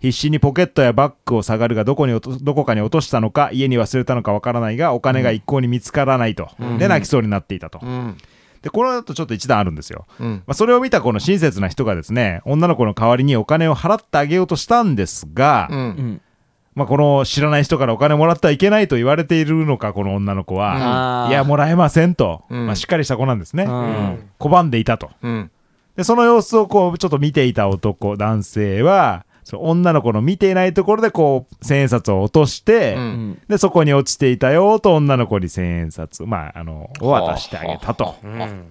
[SPEAKER 4] 必死にポケットやバッグを下がるがどこに落とどこかに落としたのか家に忘れたのかわからないがお金が一向に見つからないと、で泣きそうになっていたと、
[SPEAKER 3] ん
[SPEAKER 4] でこれだとちょっと一段あるんですよ、
[SPEAKER 3] うん
[SPEAKER 4] まあ、それを見たこの親切な人がですね女の子の代わりにお金を払ってあげようとしたんですが、
[SPEAKER 3] うん
[SPEAKER 4] まあ、この知らない人からお金もらってはいけないと言われているのかこの女の子は、
[SPEAKER 1] うん
[SPEAKER 4] いやもらえませんと、
[SPEAKER 3] うん
[SPEAKER 4] まあ、しっかりした子なんですね、
[SPEAKER 1] ん
[SPEAKER 4] 拒んでいたと
[SPEAKER 3] うん
[SPEAKER 4] でその様子をこうちょっと見ていた男男性はその女の子の見ていないところでこう千円札を落として、
[SPEAKER 3] うん
[SPEAKER 4] でそこに落ちていたよと女の子に千円札、まあ、あのを渡してあげたと
[SPEAKER 3] なん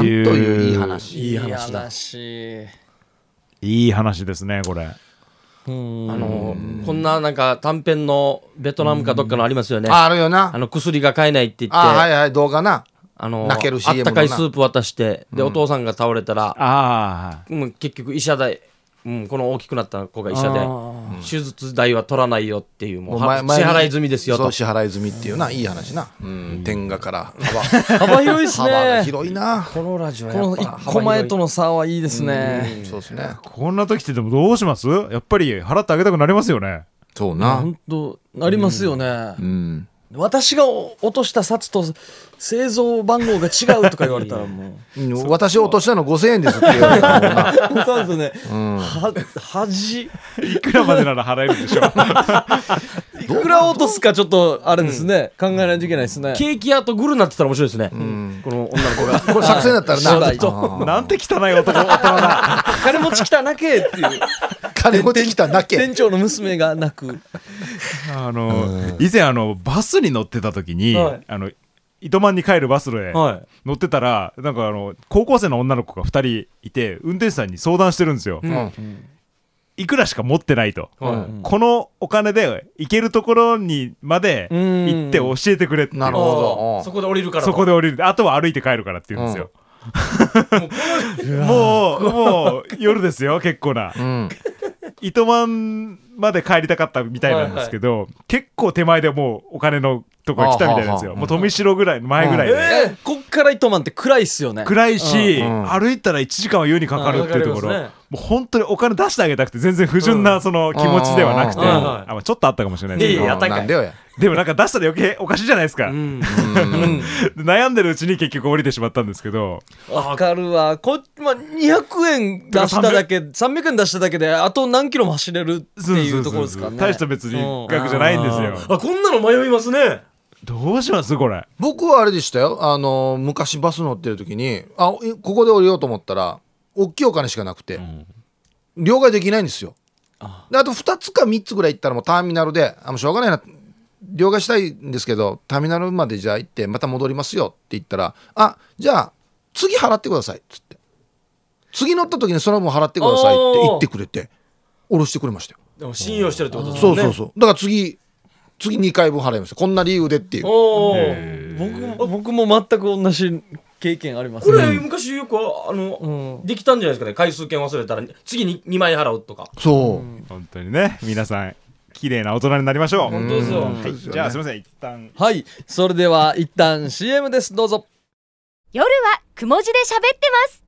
[SPEAKER 3] といういい話
[SPEAKER 1] いい話だいい話
[SPEAKER 4] いい話ですねこれ
[SPEAKER 2] あのこんななんか短編のベトナムかどっかのありますよね
[SPEAKER 3] あるよな
[SPEAKER 2] あの薬が買えないって言って
[SPEAKER 3] あはい
[SPEAKER 2] あ
[SPEAKER 3] はい動画な
[SPEAKER 2] のあ
[SPEAKER 3] 泣ける CM
[SPEAKER 2] ったかいスープ渡してでお父さんが倒れたら
[SPEAKER 4] ああ
[SPEAKER 2] もう結局医者代、うん、この大きくなった子が医者で手術代は取らないよっていうもう
[SPEAKER 3] お前
[SPEAKER 2] は
[SPEAKER 3] 前
[SPEAKER 2] 支
[SPEAKER 3] に
[SPEAKER 2] 払い済みですよ
[SPEAKER 3] そ
[SPEAKER 2] と
[SPEAKER 3] う支払い済みっていうないい話なうん天下から 幅
[SPEAKER 1] 幅広いです
[SPEAKER 3] 幅が
[SPEAKER 1] ね
[SPEAKER 3] 広いな
[SPEAKER 2] このラジオ
[SPEAKER 1] この一個前との差はいいですね
[SPEAKER 3] そうですね
[SPEAKER 4] こんな時ってでもどうしますやっぱり払ってあげたくなりますよね
[SPEAKER 3] そうな
[SPEAKER 1] 本当なりますよね、
[SPEAKER 3] うん
[SPEAKER 1] 私が落とした札と製造番号が違うとか言われたら もう
[SPEAKER 3] うん私落としたの5000円ですって言われたもんな
[SPEAKER 1] そうですね、は恥
[SPEAKER 4] いくらまでなら払えるでしょう
[SPEAKER 1] いくら落とすかちょっとあれですね、考えないといけないですね
[SPEAKER 2] ケーキ屋とグルになってたら面白いですね、この女の子が
[SPEAKER 3] これ作戦だったら
[SPEAKER 1] そう
[SPEAKER 3] な
[SPEAKER 1] だ
[SPEAKER 3] あー
[SPEAKER 4] なんて汚い男大人だ
[SPEAKER 1] 金持ち来たなけっていう
[SPEAKER 3] 金持ち来ただ け
[SPEAKER 1] 店長の娘が泣く
[SPEAKER 4] あの以前あのバスに乗ってた時に、
[SPEAKER 1] はい
[SPEAKER 4] あの糸満に帰るバスで
[SPEAKER 2] はい
[SPEAKER 4] 乗ってたら、なんかあの高校生の女の子が2人いて運転手さんに相談してるんですよ、いくらしか持ってないと、
[SPEAKER 2] はい
[SPEAKER 4] このお金で行けるところにまで行って教えてくれって
[SPEAKER 3] なるほ
[SPEAKER 2] そこで降りるから
[SPEAKER 4] そこ
[SPEAKER 2] で
[SPEAKER 4] で降りるあとは歩いて帰るからって言うんですよ、 もうもう夜ですよ結構な
[SPEAKER 3] どうん
[SPEAKER 4] 糸満まで帰りたかったみたいなんですけど、結構手前でもうお金のとこに来たみたいなんですよ、
[SPEAKER 3] あーはーはー
[SPEAKER 4] もう富城ぐらい前ぐらいで、
[SPEAKER 1] えこっから糸満って暗いっすよね
[SPEAKER 4] 暗いし、
[SPEAKER 3] うん
[SPEAKER 4] 歩いたら1時間は湯にかかるっていうところ、
[SPEAKER 2] うんわかります
[SPEAKER 4] もう本当にお金出してあげたくて全然不純なその気持ちではなくて、
[SPEAKER 3] うん
[SPEAKER 2] うん
[SPEAKER 4] あまあちょっとあったかもしれないですけ
[SPEAKER 2] い
[SPEAKER 4] ど、
[SPEAKER 2] やいや高い
[SPEAKER 3] なんでよや
[SPEAKER 4] でもなんか出したら余計おかしいじゃないですか、
[SPEAKER 2] うん
[SPEAKER 4] で悩んでるうちに結局降りてしまったんですけど
[SPEAKER 1] わかるわこ、まあ、200円出しただけ300円出しただけであと何キロも走れるっていうところですからね
[SPEAKER 4] 大した別に額じゃないんですよ
[SPEAKER 2] あこんなの迷いますね
[SPEAKER 4] どうしますこれ
[SPEAKER 3] 僕はあれでしたよあの昔バス乗ってる時にあおここで降りようと思ったら大きいお金しかなくて、両替できないんですよであと2つか3つぐらい行ったらもうターミナルであもうしょうがないな両替したいんですけどターミナルまでじゃあ行ってまた戻りますよって言ったらあじゃあ次払ってくださいっつって次乗った時にその分払ってくださいって言ってくれて下ろしてくれましたよ
[SPEAKER 2] でも信用してるってことです
[SPEAKER 3] そ
[SPEAKER 2] も
[SPEAKER 3] うん
[SPEAKER 2] ね
[SPEAKER 3] そうそうだから次次2回分払いましたこんな理由でっていう
[SPEAKER 1] おー僕も僕も全く同じ経験あります
[SPEAKER 2] これ
[SPEAKER 1] ね
[SPEAKER 2] 昔よくあの、
[SPEAKER 1] うん
[SPEAKER 2] できたんじゃないですかね回数券忘れたら次に2枚払うとか
[SPEAKER 3] そう、
[SPEAKER 4] 本当にね皆さん綺麗な大人になりましょう
[SPEAKER 2] 本当ですよ
[SPEAKER 4] はいじゃあすみません一旦
[SPEAKER 1] はいそれでは一旦 CM ですどうぞ
[SPEAKER 5] 夜はくも字で喋ってます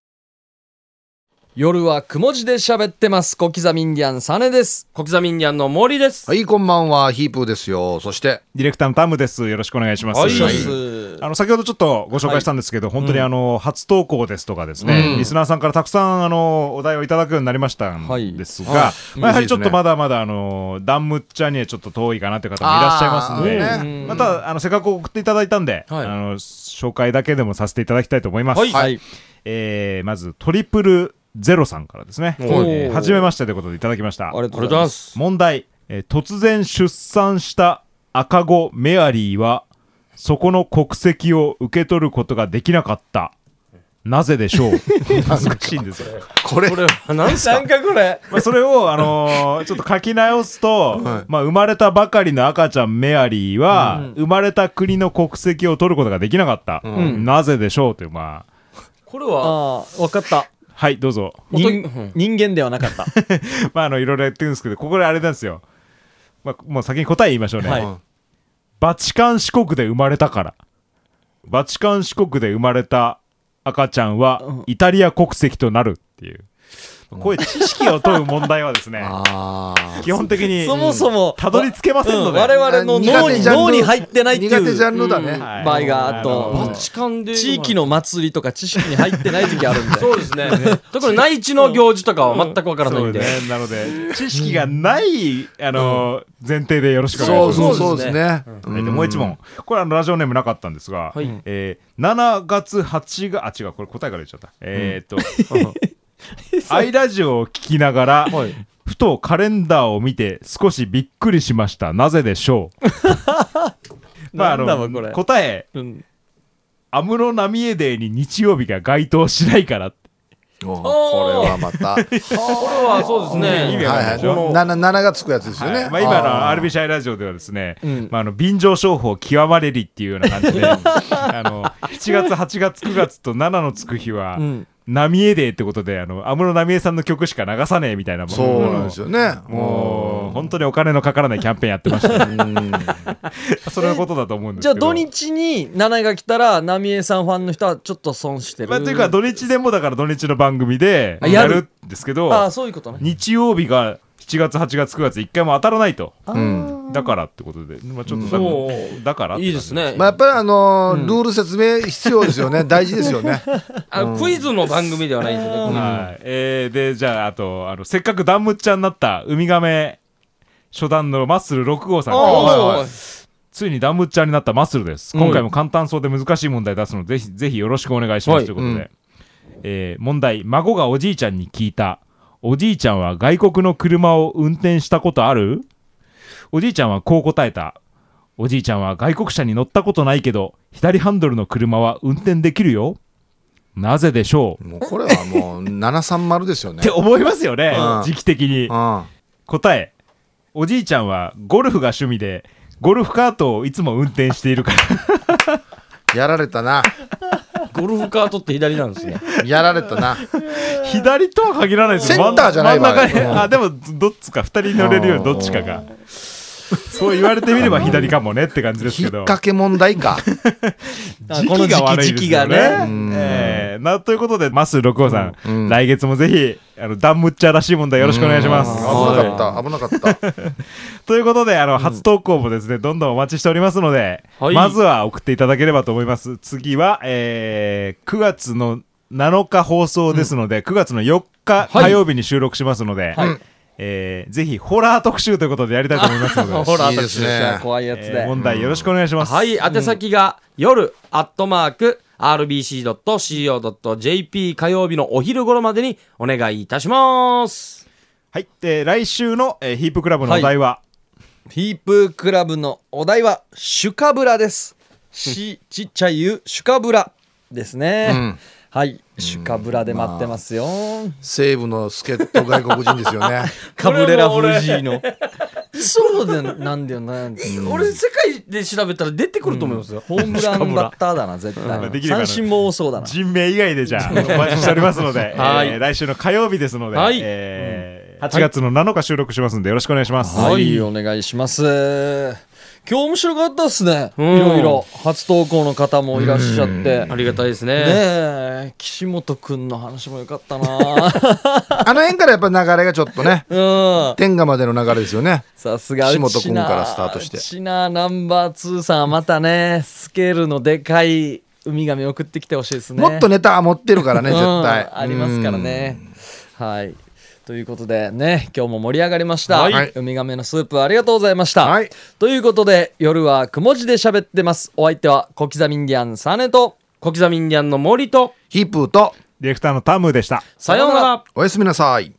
[SPEAKER 1] 夜はくも字で喋ってます小刻みインディアンサネです
[SPEAKER 2] 小刻みインディアンの森です、
[SPEAKER 3] はい、こんばんは、ヒープーですよ。そして、
[SPEAKER 4] ディレクターのタムですよろしくお願いします、
[SPEAKER 2] はい
[SPEAKER 1] ショ
[SPEAKER 3] い
[SPEAKER 1] ス
[SPEAKER 4] あの先ほどちょっとご紹介したんですけど、本当にあの初投稿ですとかですね、リスナーさんからたくさんあのお題をいただくようになりましたんですが、
[SPEAKER 3] はい
[SPEAKER 4] まあ、やは
[SPEAKER 3] 嬉しいですね
[SPEAKER 4] りちょっとまだまだあのダンムッチャにはちょっと遠いかなという方もいらっしゃいますので、
[SPEAKER 3] あー
[SPEAKER 1] ね
[SPEAKER 4] またあのせっかく送っていただいたんで、
[SPEAKER 2] はい
[SPEAKER 4] あの紹介だけでもさせていただきたいと思います。
[SPEAKER 2] はい
[SPEAKER 1] はい
[SPEAKER 4] えーまずトリプルゼロさんからですね、えーはじめましてということでいただきました。
[SPEAKER 1] ありがとうございます
[SPEAKER 2] す
[SPEAKER 4] 問題、えー突然出産した赤子メアリーはそこの国籍を受け取ることができなかったなぜでし ょう恥ずかしいんですよ。
[SPEAKER 3] これ
[SPEAKER 2] これは何すか
[SPEAKER 1] なんかこれ
[SPEAKER 4] まあそれを、あのーちょっ と書き直すと、
[SPEAKER 3] はい
[SPEAKER 4] まあ、生まれたばかりの赤ちゃんメアリーは、
[SPEAKER 1] うん
[SPEAKER 4] 生まれた国の国籍を取ることができなかった、
[SPEAKER 1] ん
[SPEAKER 4] なぜでしょうというま
[SPEAKER 2] これは
[SPEAKER 1] ああ分かった
[SPEAKER 4] あはいどうぞ、
[SPEAKER 2] おとぎ
[SPEAKER 1] 人
[SPEAKER 2] うん
[SPEAKER 1] 人間ではなか った
[SPEAKER 4] まあ、あのいろいろやってるんですけどここであれなんですよ、まあ、もう先に答え言いましょうね、
[SPEAKER 1] は
[SPEAKER 3] うん
[SPEAKER 4] バチカン四国で生まれたからバチカン四国で生まれた赤ちゃんはイタリア国籍となるっていう、こういう知識を問う問題はですね
[SPEAKER 3] ああ
[SPEAKER 4] 基本的に
[SPEAKER 1] そもそも
[SPEAKER 4] たどり着けませんので、
[SPEAKER 1] 我々の脳
[SPEAKER 3] 苦手
[SPEAKER 1] に
[SPEAKER 3] ジャンル
[SPEAKER 1] 脳に入ってないって
[SPEAKER 3] 苦手ジャ
[SPEAKER 1] い
[SPEAKER 3] ン
[SPEAKER 1] う
[SPEAKER 3] ルだね
[SPEAKER 4] はい
[SPEAKER 1] 場合があと
[SPEAKER 4] あの
[SPEAKER 2] バチカンで
[SPEAKER 1] 地域の祭りとか知識に入ってない時あるんで
[SPEAKER 2] そう ですね特に内地の行事とかは全くわからない
[SPEAKER 4] そうん
[SPEAKER 2] で
[SPEAKER 4] ね、なので知識がない、あの前提でよろしくお願
[SPEAKER 3] そ
[SPEAKER 4] いうし
[SPEAKER 3] そ
[SPEAKER 4] ま
[SPEAKER 3] う
[SPEAKER 4] す。
[SPEAKER 3] そうですね。
[SPEAKER 4] はいでもう一問これあのラジオネームなかったんですが、
[SPEAKER 2] はい
[SPEAKER 4] えー7月8月あ違うこれ答えから言っちゃったえーっと「アイラジオ」を聞きな がら、
[SPEAKER 2] はい
[SPEAKER 4] ふとカレンダーを見て少しびっくりしましたなぜでしょうまああ
[SPEAKER 1] なんだろ
[SPEAKER 4] の
[SPEAKER 1] うこれ
[SPEAKER 4] 答え
[SPEAKER 1] うん
[SPEAKER 4] 安室奈美恵デーに日曜日が該当しないからって
[SPEAKER 3] おこれはまた。はい
[SPEAKER 2] これはそうです
[SPEAKER 4] 意
[SPEAKER 2] ね
[SPEAKER 4] 味わかんない
[SPEAKER 3] は
[SPEAKER 4] でしょ
[SPEAKER 3] い。七七がつくやつですよ
[SPEAKER 4] は
[SPEAKER 3] ね。
[SPEAKER 4] いまあ、今の
[SPEAKER 3] あー
[SPEAKER 4] RBCI ラジオではですね、
[SPEAKER 1] うん
[SPEAKER 4] まあ、あの便乗商法極まれりっていうような感じ であの7月8月9月と7のつく日は、
[SPEAKER 1] うん
[SPEAKER 4] 浪江デーってことであの安室奈美恵さんの曲しか流さねえみたいなもの
[SPEAKER 3] そうなんですよね。
[SPEAKER 4] もう本当にお金のかからないキャンペーンやってました、ね、
[SPEAKER 3] うん
[SPEAKER 4] それのことだと思うんで
[SPEAKER 1] じ
[SPEAKER 4] す
[SPEAKER 1] ゃあ
[SPEAKER 4] けど
[SPEAKER 1] 土日に7位が来たら浪江さんファンの人はちょっと損してる、
[SPEAKER 4] まあ、というか土日でもだから土日の番組で
[SPEAKER 1] あや
[SPEAKER 4] や
[SPEAKER 1] る
[SPEAKER 4] るんですけど
[SPEAKER 1] ああそういうことね
[SPEAKER 4] 日曜日が7月8月9月一回も当たらないと
[SPEAKER 3] うん
[SPEAKER 4] だからってことで、まあ、ちょっとだ,、
[SPEAKER 2] そう
[SPEAKER 4] だからって感じ
[SPEAKER 2] いいですね
[SPEAKER 3] まあやっぱりあのールール説明必要ですよね。 大事ですよね。
[SPEAKER 2] あクイズの番組ではないんですよね
[SPEAKER 4] はい、えーでじゃああとあのせっかくダンムッチャになったウミガメ初段のマッスル6号さん
[SPEAKER 1] お
[SPEAKER 3] はいはい
[SPEAKER 1] ー
[SPEAKER 4] ついにダンムッチャになったマッスルです、今回も簡単そうで難しい問題出すのでぜひぜひよろしくお願いします、
[SPEAKER 2] はい
[SPEAKER 4] ということで、
[SPEAKER 3] うん
[SPEAKER 4] えー問題孫がおじいちゃんに聞いたおじいちゃんは外国の車を運転したことあるおじいちゃんはこう答えたおじいちゃんは外国車に乗ったことないけど左ハンドルの車は運転できるよなぜでしょう
[SPEAKER 3] もうこれはもう七三丸ですよ
[SPEAKER 4] っ
[SPEAKER 3] ね
[SPEAKER 4] て。思いますよね
[SPEAKER 3] うん
[SPEAKER 4] 時期的に
[SPEAKER 3] うん。
[SPEAKER 4] 答えおじいちゃんはゴルフが趣味でゴルフカートをいつも運転しているから
[SPEAKER 3] やられたな。
[SPEAKER 2] ゴルフカートって左なんですね
[SPEAKER 3] やられたな。
[SPEAKER 4] 左とは限らないですよ
[SPEAKER 3] センターじゃない
[SPEAKER 4] 真ん中に
[SPEAKER 3] 場合うん
[SPEAKER 4] あでもどっちか2人乗れるようにどっちかがそう言われてみれば左かもねって感じです
[SPEAKER 3] 引っ
[SPEAKER 4] けど
[SPEAKER 3] 掛け問題か。
[SPEAKER 1] あ
[SPEAKER 4] 時
[SPEAKER 1] この
[SPEAKER 4] 期が悪い
[SPEAKER 1] 時
[SPEAKER 4] で
[SPEAKER 1] 期
[SPEAKER 4] す
[SPEAKER 1] が
[SPEAKER 4] よね
[SPEAKER 1] ね
[SPEAKER 3] うん
[SPEAKER 4] えーなということでマス六号さん、
[SPEAKER 3] うんうん
[SPEAKER 4] 来月もぜひあのダンムッチャーらしい問題よろしくお願いします
[SPEAKER 3] 危なかった。危なかった。
[SPEAKER 4] ということで、あの、初投稿もですね、どんどんお待ちしておりますので、
[SPEAKER 2] はい
[SPEAKER 4] まずは送っていただければと思います。次は、えー9月の7日放送ですので、9月の4日
[SPEAKER 2] はい
[SPEAKER 4] 火曜日に収録しますので、
[SPEAKER 2] はい
[SPEAKER 4] えーぜひ、ホラー特集ということでやりたいと思いますので、
[SPEAKER 1] ほら
[SPEAKER 3] いいですね
[SPEAKER 1] 私たちは怖いやつ
[SPEAKER 4] えー
[SPEAKER 1] で、
[SPEAKER 4] 問題よろしくお願いします。
[SPEAKER 2] はい、宛先が夜アットマーク RBC.CO.JP 火曜日のお昼頃までにお願いいたします。
[SPEAKER 4] はい。で、来週の、えーヒープクラブのお題は、
[SPEAKER 1] ヒープークラブのお題は「シュカブラ」ですしちっちゃい「ゆ」「シュカブラ」ですね、
[SPEAKER 3] うん
[SPEAKER 1] はいシュカブラで待ってますよ、
[SPEAKER 3] 西部の助っ人外国人ですよね。
[SPEAKER 1] カブレラ・フージーのそうでなんだよな、
[SPEAKER 2] 俺、世界で調べたら出てくると思いますよ。
[SPEAKER 1] ホームランバッターだな絶
[SPEAKER 4] うん
[SPEAKER 1] 対
[SPEAKER 4] できるかな
[SPEAKER 1] 三振も多そうだな
[SPEAKER 4] 人名以外でじゃあ、お待ちしておりますの で、
[SPEAKER 2] はい
[SPEAKER 4] えー来週の火曜日ですので、
[SPEAKER 2] はい
[SPEAKER 4] えー8月の7日収録しますんで、よろしくお願いします。
[SPEAKER 1] はい、お願いします。今日面白かったっすね。い
[SPEAKER 2] うん
[SPEAKER 1] ろいろ初投稿の方もいらっしゃって。
[SPEAKER 2] あ
[SPEAKER 1] ね
[SPEAKER 2] りがたいですね。
[SPEAKER 1] え、岸本くんの話もよかったな。
[SPEAKER 3] あの辺からやっぱ流れがちょっとね。
[SPEAKER 1] うん。
[SPEAKER 3] 天下までの流れですよね。
[SPEAKER 1] さすが
[SPEAKER 3] 岸本くんからスタートして
[SPEAKER 1] シナナンバー2さんはまたね、スケールのでかいウミガメ送ってきてほしいですね。
[SPEAKER 3] もっとネタ持ってるからね、
[SPEAKER 1] うん
[SPEAKER 3] 絶対。
[SPEAKER 1] ありますからね。はい。ということでね、今日も盛り上がりました。
[SPEAKER 3] はい
[SPEAKER 1] ウミガメのスープありがとうございまし
[SPEAKER 3] う
[SPEAKER 1] た。
[SPEAKER 3] ん。はい。
[SPEAKER 1] ということで夜はくも字で喋ってますお相手は小刻みインディアンサネと
[SPEAKER 2] 小刻みインディアンの森と、
[SPEAKER 3] ヒープーと、
[SPEAKER 4] ディレクターのタムでした。
[SPEAKER 2] さようなら。
[SPEAKER 3] おやすみなさい。